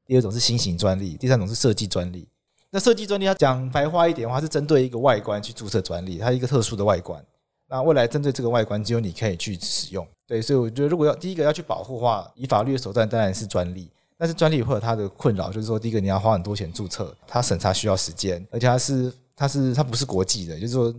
A: 第二种是新型专利，第三种是设计专利。那设计专利，它讲白话一点的话，是针对一个外观去注册专利，它一个特殊的外观。那未来针对这个外观，只有你可以去使用。对，所以我觉得，如果要第一个要去保护的话，以法律的手段当然是专利。但是专利会有它的困扰，就是说，第一个你要花很多钱注册，它审查需要时间，而且它是它是它不是国际的，就是说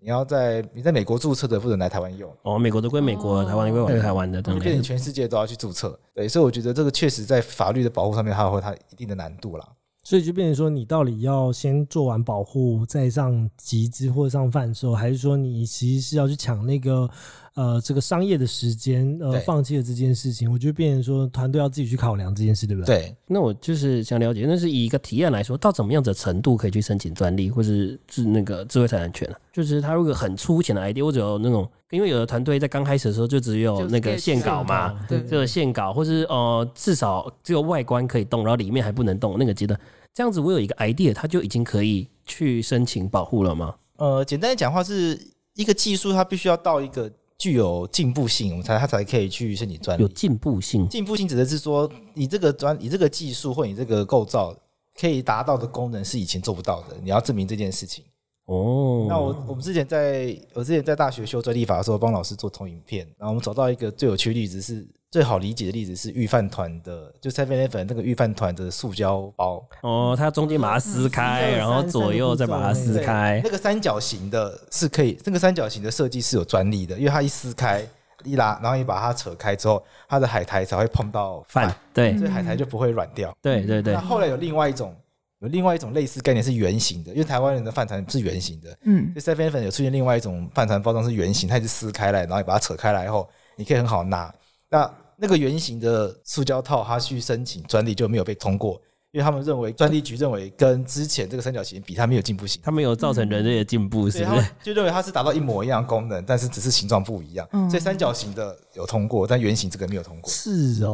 A: 你要在你在美国注册的不能来台湾用，
C: 哦，美国的归美国，
B: 哦
C: 台湾的归台湾的等
A: 就变成
C: 等。
A: 全世界都要去注册。对，所以我觉得这个确实在法律的保护上面，它有它一定的难度啦。
D: 所以就变成说，你到底要先做完保护，再上集资或上贩售，还是说你其实是要去抢那个呃这个商业的时间，呃
A: 对
D: 放弃了这件事情？我觉得变成说，团队要自己去考量这件事，对不对？
A: 对，
C: 那我就是想了解，那是以一个提案来说，到怎么样的程度可以去申请专利或是是那个智慧财产权啊？就是他如果很粗浅的 idea，或者有那种，因为有的团队在刚开始的时候就只有
B: 就
C: 那个
B: sketch
C: 线稿嘛，
B: 对
C: 这个线稿，或是呃，至少只有外观可以动，然后里面还不能动那个阶段，这样子我有一个 idea，它就已经可以去申请保护了吗？
A: 呃，简单的讲话是一个技术，它必须要到一个具有进步性，我们才它才可以去申请专
C: 有
A: 利。
C: 进步性。
A: 进步性指的是说，你这个专、你这个技术或你这个构造可以达到的功能是以前做不到的，你要证明这件事情。
C: 哦，
A: 那我我们之前在我之前在大学修专利法的时候，帮老师做投影片，然后我们找到一个最有趣的例子是最好理解的例子是御饭团的，就 Seven Eleven 那个御饭团的塑胶包，
C: 哦，它中间把它撕开，
D: 嗯
C: 然后左右再把它撕开
A: 那。个三角形的是可以，那个三角形的设计是有专利的，因为它一撕开一拉，然后你把它扯开之后，它的海苔才会碰到
C: 饭，
B: 嗯
C: 对
A: 所以海苔就不会软掉。
C: 对对对
A: 那，后来有另外一种。有另外一种类似概念是圆形的，因为台湾人的饭团是圆形的，
B: 嗯，
A: 就 Seven 粉有出现另外一种饭团包装是圆形，它也是撕开来，然后你把它扯开来后，你可以很好拿。那那个圆形的塑胶套，它去申请专利就没有被通过，因为他们认为专利局认为跟之前这个三角形比，它没有进步性。
C: 他们有造成人类的进步，
A: 所以
C: 是
B: 嗯
A: 他
C: 不
A: 们
C: 是？
A: 就认为它是达到一模一样的功能，但是只是形状不一样。
B: 嗯
A: 所以三角形的有通过，但圆形这个没有通过。
D: 是哦，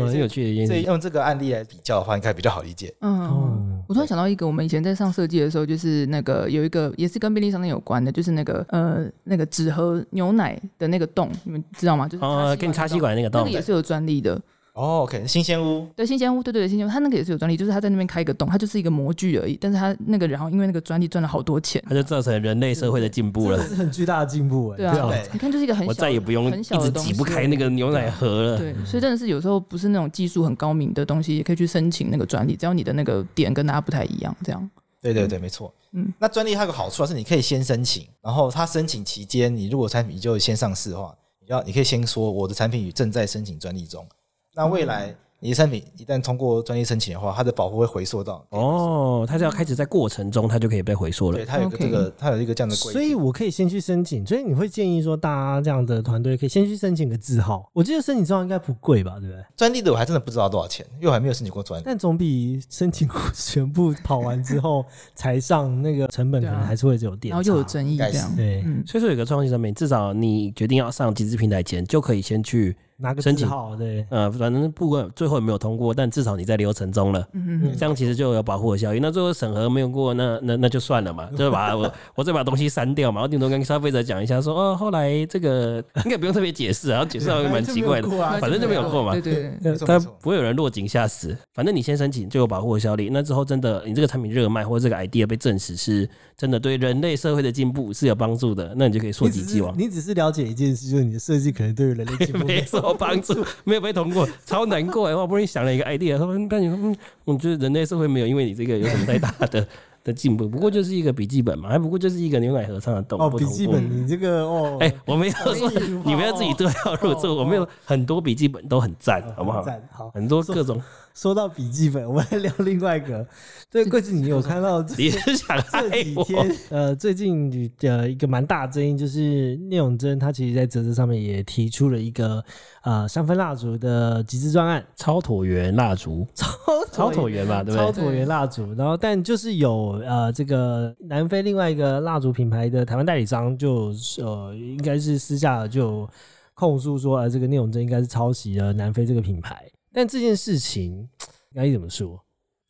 C: 哦，很有趣的一件
A: 所以
C: 事。
A: 用这个案例来比较的话，应该比较好理解。
C: 哦
B: 嗯，我突然想到一个，我们以前在上设计的时候，就是那个有一个也是跟便利商店有关的，就是那个呃那个纸盒牛奶的那个洞，你们知道吗？就是
C: 哦，跟
B: 插
C: 插
B: 吸
C: 吸
B: 管
C: 管那个
B: 的洞，
C: 洞
B: 那个，也是有专利的。
A: 哦，OK，新鲜屋
B: 对，新鲜屋，对对对，新鲜屋，它那个也是有专利，就是它在那边开一个洞，它就是一个模具而已，但是它那个然后因为那个专利赚了好多钱。
C: 它就造成人类社会的进步了
D: 这。是很巨大的进步哎。
B: 对啊
A: 对，
B: 你看就是一个很小
C: 我
B: 的，
C: 再也不用
B: 很
C: 一
B: 小的
C: 直
B: 东
C: 挤不
B: 西
C: 开那个牛奶盒 了。
B: 对，所以真的是有时候不是那种技术很高明的东西，也可以去申请那个专利，只要你的那个点跟大家不太一样，这样。
A: 对对对，没错。
B: 嗯
A: 嗯，那专利它有个好处啊，是你可以先申请，然后它申请期间，你如果产品就先上市的话，你要你可以先说我的产品正在申请专利中。那未
C: 嗯
A: 来你的产品一旦通过专利申请的话，它的保护会回溯到，
C: 哦，它是要开始在过程中，它就可以被回溯了
A: 对，。它有一个
B: OK
A: 这个，它有一个这样的规定。
D: 所以我可以先去申请，所以你会建议说，大家这样的团队可以先去申请个字号。我记得申请字号应该不贵吧，对
B: 嗯
D: 不对？
A: 专利的我还真的不知道多少钱，因为我还没有申请过专利。
D: 但总比申请过全部跑完之后才上那个成本，可
B: 对啊
D: 能还是会有点
B: 然后又有
D: 差
B: 争议
A: 应该
B: 这样
A: 是。
D: 对
B: 嗯，
C: 所以说有个创新产品，至少你决定要上集资平台前，就可以先去
D: 拿个
C: 申
D: 字
C: 请
D: 号，对。
C: 呃，反正不管最后有没有通过，但至少你在流程中了。
B: 嗯嗯
C: 这样其实就有保护的效益。那最后审核没有过，那那那就算了嘛， 就是把我我再把东西删掉嘛。我顶多跟消费者讲一下说，哦，后来这个应该不用特别解释啊，然后解释好像蛮奇 怪的，
B: 嗯，
C: 啊反正就没有过嘛
B: 对。对 对，
A: 没错
C: 但
A: 没错
C: 不会有人落井下石，反正你先申请就有保护的效力。那之后真的你这个产品热卖或者这个 idea 被证实是真的对人类社会的进步是有帮助的，那你就可以溯
D: 你
C: 及
D: 只
C: 既
D: 是
C: 往。
D: 你只是了解一件事，就是你的设计可能对于人类进 步
C: 没有帮 助，没有被通过，超难过哎！我好不容易想了一个 idea，他们但你说，嗯，我觉得人类社会没有因为你这个有什么太大的 的进步，不过就是一个笔记本嘛，还不过就是一个牛奶盒上的洞。
D: 哦，
C: 不
D: 笔
C: 通
D: 记
C: 过
D: 本你这个哦，
C: 哎、我没有说
D: 意图
C: 你不要自己对号入座，我没有很多笔记本都很赞，好不好？
D: 哦赞好。
C: 很多各种，
D: 说到笔记本，我们来聊另外一个。对，桂子，你有看到这
C: 你是想
D: 这
C: 害
D: 几
C: 我？
D: 天，呃，最近的一个蛮大的争议就是聂永贞他其实在泽泽上面也提出了一个呃香氛蜡烛的集资专案，
C: 超椭圆蜡烛， 超椭圆吧，对
D: 超
C: 不对？
D: 椭圆蜡烛，然后但就是有呃，这个南非另外一个蜡烛品牌的台湾代理商就呃，应该是私下就控诉说，呃，这个聂永贞应该是抄袭了南非这个品牌。但这件事情该怎么说？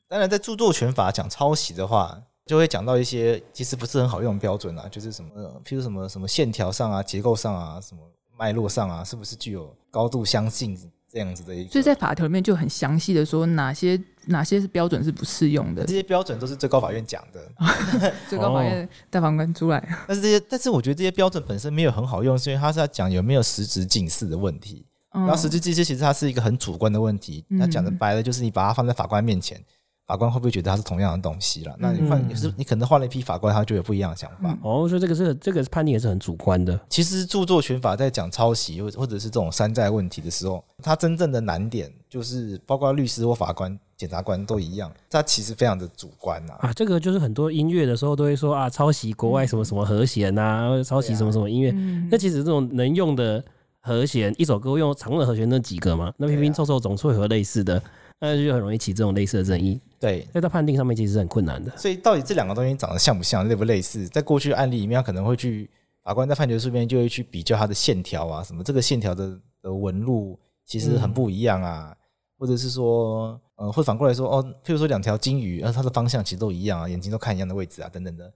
A: 当然，在著作权法讲抄袭的话，就会讲到一些其实不是很好用的标准啊，就是什么，呃譬如什么什么线条上啊、结构上啊、什么脉络上啊，是不是具有高度相近这样子的一个？
B: 所以在法条里面就很详细的说哪些哪些是标准是不适用的
C: 哦
A: 这，些标准都是最高法院讲的，
B: 最高法院大法官出 来。
A: 但是这些，但是我觉得这些标准本身没有很好用，是因为它是在讲有没有实质近似的问题。
B: 嗯
A: 然后实质近似其实它是一个很主观的问题，
B: 嗯
A: 它讲的白了就是你把它放在法官面前，法官会不会觉得它是同样的东西了？那你换
D: 嗯
A: 也是你可能换了一批法官，他就有不一样的想法。
B: 嗯
C: 哦，所以这个是这个判定也是很主观的，
A: 其实著作权法在讲抄袭或或者是这种山寨问题的时候，它真正的难点就是包括律师或法官、检察官都一样，它其实非常的主观呐、
C: 啊，这个就是很多音乐的时候都会说啊，抄袭国外什么什么和弦啊，抄袭什么什么音乐。
B: 嗯
C: 那其实这种能用的和弦，一首歌用常用的和弦那几个嘛，
B: 啊
C: 那拼拼凑凑总是会有类似的，那就很容易起这种类似的争议。
A: 对，
C: 所以在判定上面其实是很困难 的。
A: 所以到底这两个东西长得像不像、类不类似，在过去的案例里面，他可能会去法官在判决书边就会去比较它的线条啊，什么这个线条的的纹路其实很不一样啊，或者是说，呃，或者反过来说，哦，譬如说两条金鱼，呃，它的方向其实都一样啊，眼睛都看一样的位置啊，等等的，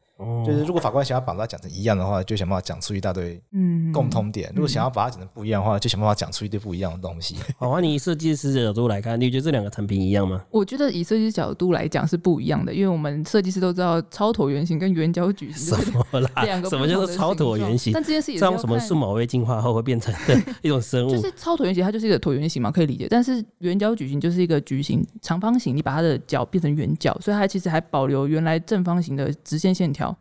A: 就是如果法官想要把它讲成一样的话，就想办法讲出一大堆
B: 嗯，
A: 共通点；如果想要把它讲成不一样的话，就想办法讲出一堆不一样的东西。
C: 好啊，你以设计师的角度来看，你觉得这两个产品一 样吗？
B: 我觉得以设计师角度来讲是不一样的，因为我们设计师都知道超椭圆形跟圆角矩
C: 什
B: 形就是
C: 么啦
B: 两？个
C: 什么叫做超椭圆形
B: 不同的形状？但这件事也是
C: 像
B: 要
C: 什么
B: 看
C: 数码微进化后会变成的一 种生
B: 就
C: 物
B: 是？超椭圆形，它就是一个椭圆形嘛，可以理解。但是圆角矩形就是一个矩形，长方形，你把它的角变成圆角，所以它其实还保留原来正方形的直线线条，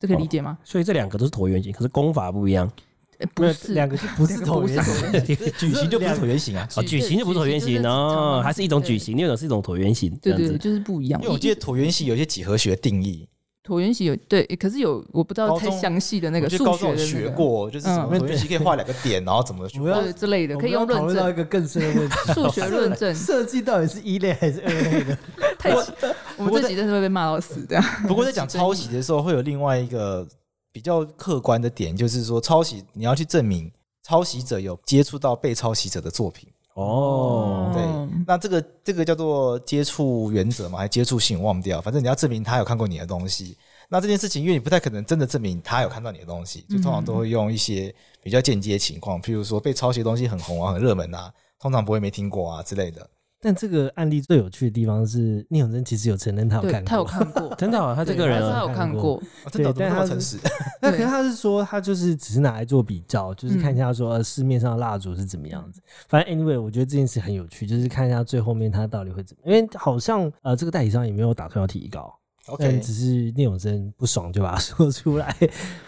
B: 这可以理解吗？
C: 所以这两个都是椭圆形，可是功法不一样。
B: 呃不
D: 没有
B: 是，
D: 两个就不是
B: 两个
D: 椭
B: 不是
D: 圆形，
A: 矩形 就不是椭圆形啊，
C: 哦，
B: 矩
C: 矩形就不是椭圆形
B: 矩形就是
C: 哦
B: 长，
C: 它是一种矩
B: 对
C: 形，另一种是一种椭圆形，
B: 对
C: 这样
B: 对，对
C: 子。
B: 就是不一 样。
A: 因为我记得椭圆形有一些几何学定义，
B: 椭圆形有对，可是有我不知道
A: 高
B: 太
A: 中
B: 详细的那个
A: 我记
B: 数
A: 得高中
B: 学
A: 有
B: 的
A: 学
B: 那个
A: 过，就是什么
B: 嗯
A: 椭圆形可以画两个点，然后怎么去
D: 我们要
A: 画。
B: 对之类的，
D: 我
B: 可以
D: 们 要
B: 用
D: 讨
B: 论
D: 论到一
B: 证
D: 个更深的问题。。
B: 数学论证
D: 设计到底是一类还是二类的？
B: 太我们
A: 过
B: 这集真的会被骂到死这样。
A: 不过在讲抄袭的时候，会有另外一个比较客观的点，就是说抄袭你要去证明抄袭者有接触到被抄袭者的作品。
C: 哦，
A: 对
B: 哦，
A: 那这个这个叫做接触原则嘛，还接触性忘掉，反正你要证明他有看过你的东西。那这件事情，因为你不太可能真的证明他有看到你的东西，就通常都
B: 嗯
A: 会用一些比较间接的情况，譬如说被抄袭的东西很红啊、很热门啊，通常不会没听过啊之类的。
D: 但这个案例最有趣的地方是，聂永真其实有承认他有
B: 对
D: 看过，
B: 他有看过，
C: 真的哦， 他这
B: 对
C: 个人
B: 他说他
C: 哦
B: 有看
D: 看
B: 过
D: 过，
A: 啊、真的怎
D: 对
A: 么那
D: 但
A: 么
D: 他
A: 诚实？
D: 那可
B: 对
D: 是他是说，他就是只是拿来做比较，就是看一下说、呃市面上的蜡烛是怎么样子。反正 anyway，我觉得这件事很有趣，就是看一下最后面他到底会怎么样。因为好像呃这个代理商也没有打算要提高
A: OK，
D: 但只是聂永真不爽就把它说出 来，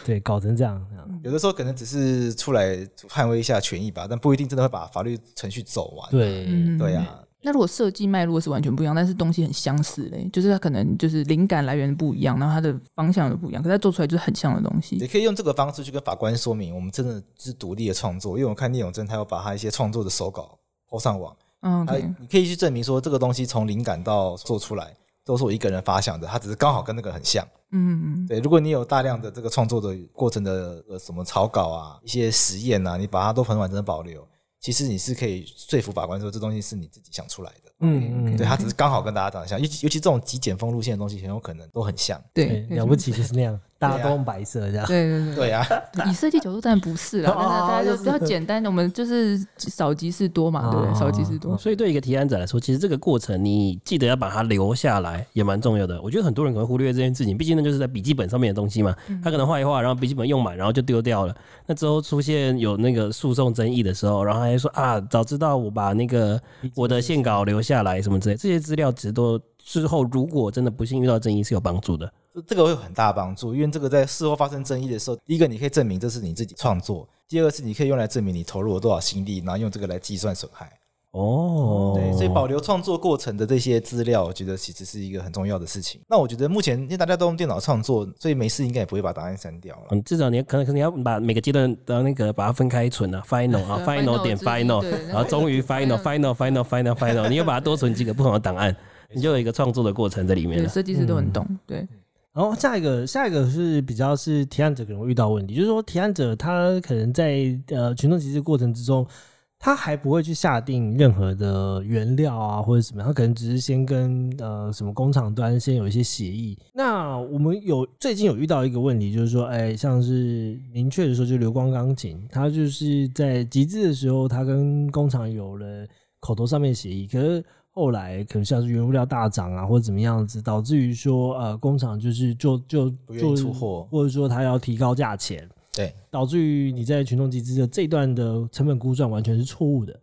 D: 对，搞成这样。这样
A: 有的时候可能只是出来捍卫一下权益吧，但不一定真的会把法律程序走完。
D: 对，
B: 嗯，
A: 对啊，
B: 那如果设计脉络是完全不一样，但是东西很相似嘞，就是它可能就是灵感来源不一样，然后它的方向都不一样，可是它做出来就是很像的东
A: 也
B: 西。
A: 可以用这个方式去跟法官说明，我们真的是独立的创作。因为我看聂永真，他有把他一些创作的手稿抛上网，
B: 嗯
A: 他
B: ，OK，
A: 你可以去证明说这个东西从灵感到做出来都是我一个人发想的，他只是刚好跟那个很像。
B: 嗯，
A: 对，如果你有大量的这个创作的过程的呃什么草稿啊、一些实验啊，你把它都很完整的保留，其实你是可以说服法官说这东西是你自己想出来的。
D: 嗯嗯，
A: 对，它只是刚好跟大家长得像，尤其尤其这种极简风路线的东西，很有可能都很像。
B: 对，
D: 了不起就是那样，大
B: 啊
D: 家都用白色这样。
B: 对对对。
A: 对啊，
B: 以设计角度当然不是啦，
D: 哦
B: 但是大家
D: 就
B: 就是比较简单，我们就是少即是多嘛，对不
D: 哦
B: 对？少即是多。
C: 所以对一个提案者来说，其实这个过程你记得要把它留下来，也蛮重要的。我觉得很多人可能忽略这件事情，毕竟那就是在笔记本上面的东西嘛。他可能画一画，然后笔记本用满，然后就丢掉了。那之后出现有那个诉讼争议的时候，然后他就说啊，早知道我把那个我的线稿留下来什么之类，这些资料其实都之后如果真的不幸遇到争议是有帮助的。
A: 这这个会有很大的帮助，因为这个在事后发生争议的时候，第一个你可以证明这是你自己创作，第二个是你可以用来证明你投入了多少心力，然后用这个来计算损害。
C: 哦，
A: 对，所以保留创作过程的这些资料，我觉得其实是一个很重要的事情。那我觉得目前因为大家都用电脑创作，所以没事应该也不会把答案删掉了。
C: 嗯，至少你可能可能要把每个阶段的那个把它分开存啊，final 啊
B: 对
C: ，final
B: final
C: 点
B: 之一
C: final，
B: 对
C: 然后终于 final final final final final，你又把它多存几个不同的档案，你就有一个创作的过程在里面
B: 对，
C: 了。嗯
B: 设计师都很懂。对，
D: 然后下一个，下一个是比较是提案者可能会遇到的问题，就是说提案者他可能在呃群众集资过程之中，他还不会去下定任何的原料啊或者什么，他可能只是先跟呃什么工厂端先有一些协议。那我们有最近有遇到一个问题，就是说，哎，像是明确的说，就流光钢琴，他就是在集资的时候，他跟工厂有了口头上面协议，可是后来可能像是原物料大涨啊，或者怎么样子，导致于说呃工厂就是就就
A: 不愿
D: 就
A: 意出货
D: 或者说他要提高价钱，
A: 对，
D: 导致于你在群众集资的这一段的成本估算完全是错误的。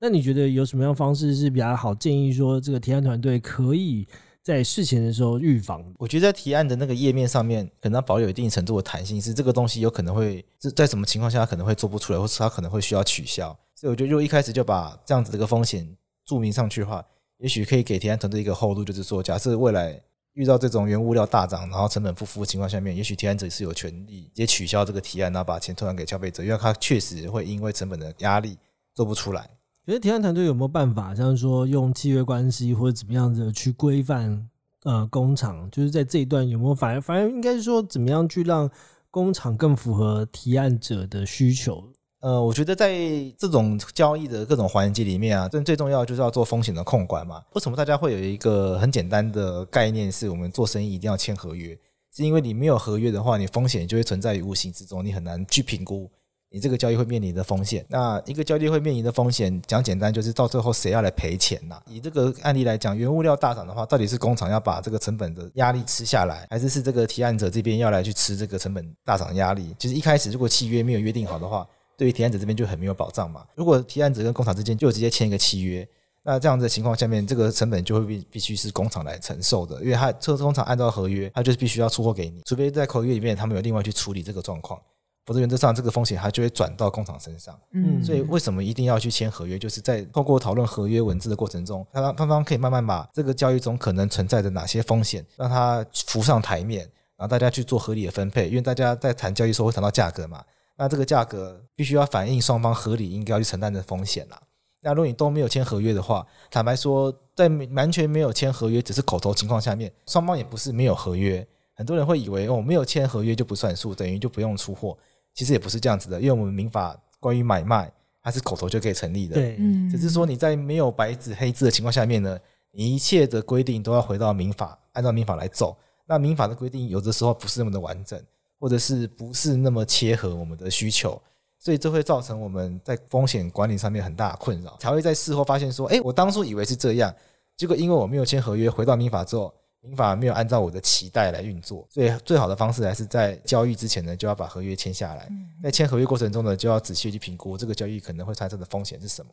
D: 那你觉得有什么样的方式是比较好建议说这个提案团队可以在事前的时候预防？
A: 我觉得在提案的那个页面上面，可能要保有一定程度的弹性，是这个东西有可能会是在什么情况下它可能会做不出来，或是它可能会需要取消。所以我觉得，如果一开始就把这样子的一个风险注明上去的话，也许可以给提案团队一个后路，就是说，假设未来遇到这种原物料大涨，然后成本不符的情况下面，也许提案者是有权利直接取消这个提案，然后把钱退还给消费者，因为他确实会因为成本的压力做不出来。
D: 觉得提案团队有没有办法，像是说用契约关系或者怎么样子去规范呃工厂，就是在这一段有没有反而反而应该是说怎么样去让工厂更符合提案者的需求？
A: 呃，我觉得在这种交易的各种环节里面啊，最最重要的就是要做风险的控管嘛。为什么大家会有一个很简单的概念，是我们做生意一定要签合约？是因为你没有合约的话，你风险就会存在于无形之中，你很难去评估你这个交易会面临的风险。那一个交易会面临的风险，讲简单就是到最后谁要来赔钱呐、以这个案例来讲，原物料大涨的话，到底是工厂要把这个成本的压力吃下来，还是是这个提案者这边要来去吃这个成本大涨的压力？就是一开始如果契约没有约定好的话，对于提案者这边就很没有保障嘛。如果提案者跟工厂之间就直接签一个契约，那这样子的情况下面，这个成本就会必必须是工厂来承受的，因为它这工厂按照合约，它就是必须要出货给你，除非在合约里面他们有另外去处理这个状况，否则原则上这个风险它就会转到工厂身上。
B: 嗯，
A: 所以为什么一定要去签合约？就是在透过讨论合约文字的过程中，他让双方可以慢慢把这个交易中可能存在的哪些风险，让它浮上台面，然后大家去做合理的分配。因为大家在谈交易的时候会谈到价格嘛，那这个价格必须要反映双方合理应该要去承担的风险啦。那如果你都没有签合约的话，坦白说，在完全没有签合约，只是口头情况下面，双方也不是没有合约。很多人会以为哦，没有签合约就不算数，等于就不用出货。其实也不是这样子的，因为我们民法关于买卖，它是口头就可以成立的。，
D: 对，
B: 嗯，
A: 只是说你在没有白纸黑字的情况下面呢，你一切的规定都要回到民法，按照民法来走。那民法的规定有的时候不是那么的完整，或者是不是那么切合我们的需求，所以这会造成我们在风险管理上面很大的困扰，才会在事后发现说，哎，我当初以为是这样，结果因为我没有签合约，回到民法之后。民法没有按照我的期待来运作，所以最好的方式还是在交易之前呢，就要把合约签下来。在签合约过程中呢，就要仔细地去评估这个交易可能会产生的风险是什么。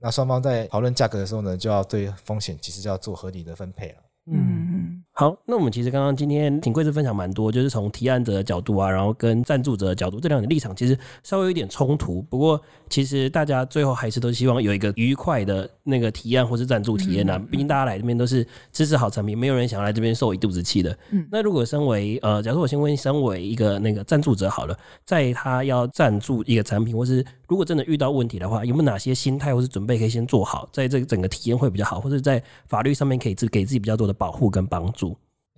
A: 那双方在讨论价格的时候呢，就要对风险其实就要做合理的分配了。
D: 嗯，
B: 嗯，
C: 好，那我们其实刚刚今天挺贵是分享蛮多，就是从提案者的角度啊，然后跟赞助者的角度，这两点立场其实稍微有一点冲突。不过其实大家最后还是都希望有一个愉快的那个提案或是赞助体验啊。毕竟大家来这边都是支持好产品，没有人想来这边受一肚子气的。
B: 嗯
C: 那如果身为呃，假如我先问，身为一个那个赞助者好了，在他要赞助一个产品，或是如果真的遇到问题的话，有没有哪些心态或是准备可以先做好，在这个整个体验会比较好，或者在法律上面可以自给自己比较多的保护跟帮助？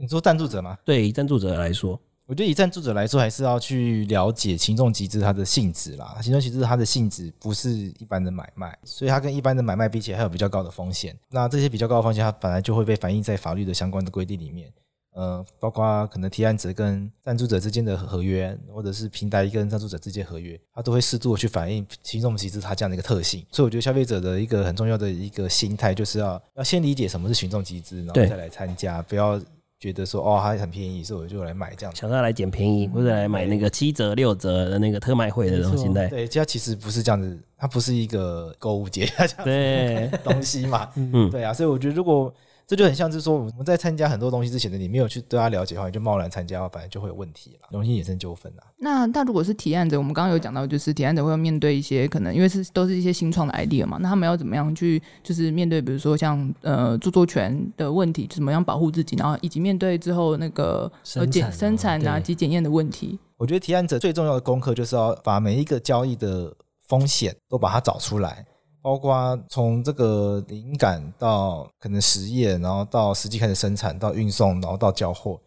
A: 你说赞助者吗？
C: 对于赞助者来说，
A: 我觉得以赞助者来说，还是要去了解行动集资它的性质啦。行动集资它的性质不是一般的买卖，所以它跟一般的买卖比起来，还有比较高的风险。那这些比较高的风险，它本来就会被反映在法律的相关的规定里面。呃，包括可能提案者跟赞助者之间的合约，或者是平台跟赞助者之间的合约，它都会适度的去反映行动集资它这样的一个特性。所以我觉得消费者的一个很重要的一个心态，就是要要先理解什么是群众集资，然后
C: 对
A: 再来参加，不要觉得说哦它很便宜，所以我就来买这样子。
C: 想要来捡便
B: 嗯
C: 宜，或者来买那个七折六折的那个特卖会的那种心态，
A: 对，它其实不是这样子，它不是一个购物节这
B: 啊
A: 样
C: 对，
A: 的东西嘛。
C: 嗯，
A: 对啊，所以我觉得如果这就很像是说我们在参加很多东西之前呢，你没有去对它了解的话，你就贸然参加的话，本来就会有问题了，容易衍生纠纷啊。
B: 那那如果是提案者，我们刚刚有讲到，就是提案者会面对一些可能因为是都是一些新创的 idea 嘛，那他们要怎么样去就是面对，比如说像呃著作权的问题，怎么样保护自己，然后以及面对之后那个呃
D: 生
B: 检
D: 产
B: 生产啊
D: 对
B: 及检验的问题。
A: 我觉得提案者最重要的功课就是要把每一个交易的风险都把它找出来，包括从这个灵感到可能实验，然后到实际开始生产，到运送，然后到交货。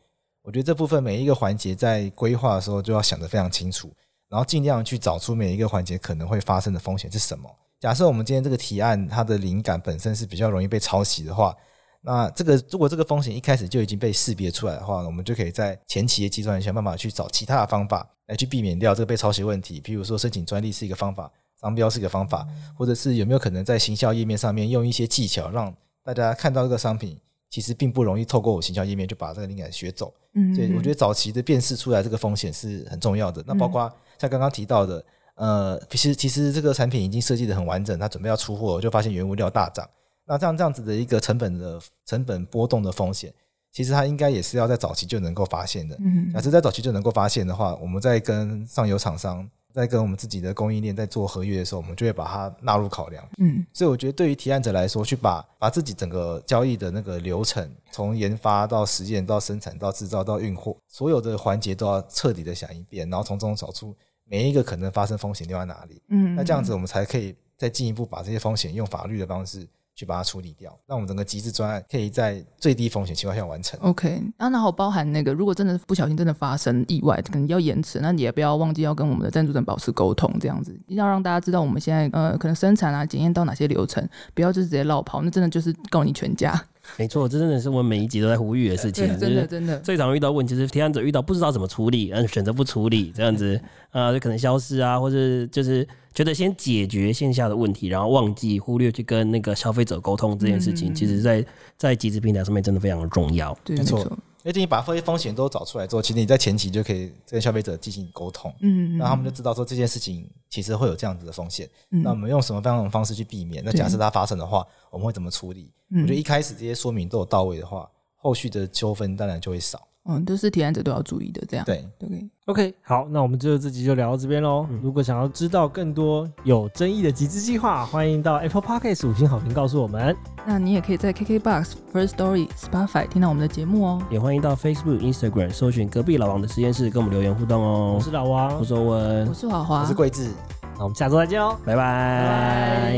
A: 我觉得这部分每一个环节在规划的时候就要想得非常清楚，然后尽量去找出每一个环节可能会发生的风险是什么。假设我们今天这个提案它的灵感本身是比较容易被抄袭的话，那这个如果这个风险一开始就已经被识别出来的话，我们就可以在前期的计算想办法去找其他的方法来去避免掉这个被抄袭问题。比如说申请专利是一个方法，商标是一个方法，或者是有没有可能在行销页面上面用一些技巧，让大家看到这个商品其实并不容易透过我行销页面就把这个灵感学走。
B: 嗯嗯
A: 所以我觉得早期的辨识出来这个风险是很重要的。那包括像刚刚提到的，呃，其实其实这个产品已经设计的很完整，它准备要出货，就发现原物料大涨。那这样这样子的一个成本的成本波动的风险，其实它应该也是要在早期就能够发现的。
B: 嗯
A: 假设在早期就能够发现的话，我们在跟上游厂商，在跟我们自己的供应链在做合约的时候，我们就会把它纳入考量。
B: 嗯
A: 所以我觉得对于提案者来说，去把把自己整个交易的那个流程，从研发到实验到生产到制造到运货，所有的环节都要彻底的想一遍，然后从中找出每一个可能发生风险掉在哪里。
B: 嗯，
A: 那这样子，我们才可以再进一步把这些风险用法律的方式去把它处理掉，让我们整个集资专案可以在最低风险情况下完成。
B: OK，啊，然后包含那个，如果真的不小心真的发生意外，可能要延迟，那你也不要忘记要跟我们的赞助人保持沟通，这样子要让大家知道 我们现在呃可能生产啊检验到哪些流程，不要就是直接落跑，那真的就是告你全家。
C: 没错，这真的是我们每一集都在呼吁的事情
B: 对，，
C: 就
B: 真的
C: 是
B: 真的，
C: 最常遇到问题是提案者遇到不知道怎么处理，嗯，选择不处理这样 子，啊，就可能消失啊，或者就是觉得先解决线下的问题，然后忘记忽略去跟那个消费者沟通这件事
B: 嗯
C: 情，
B: 嗯嗯
C: 其实在在集资平台上面真的非常的重要。
B: 对，
A: 没
B: 没
A: 错
B: 错，
A: 而且你把这些风险都找出来之后，其实你在前期就可以跟消费者进行沟通，
B: 嗯，
A: 那他们就知道说这件事情其实会有这样子的风险，
B: 嗯
A: 那我们用什么样的方式去避免？那
B: 对
A: 假设它发生的话，我们会怎么处理？我
B: 嗯
A: 觉得一开始这些说明都有到位的话，后续的纠纷当然就会少。
B: 嗯，都是提案者都要注意的，这样
A: 对，
B: 对，
D: OK，好，那我们这这集就聊到这边喽。如果想要知道更多有争议的集资计划，欢迎到 Apple Podcast 五星好评告诉我们。
B: 那你也可以在 KKBox、First Story、Spotify 听到我们的节目哦。
C: 也欢迎到 Facebook、Instagram 搜寻隔壁老王的实验室，跟我们留言互动
D: 我
C: 哦。
D: 是老王
C: 我，是欧文
B: 我，是华华，
A: 我是桂智。
D: 那我们下周再见哦。
C: 拜拜。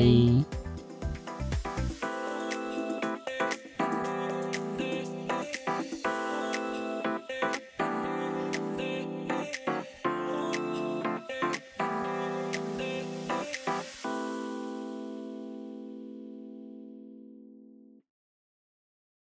B: 拜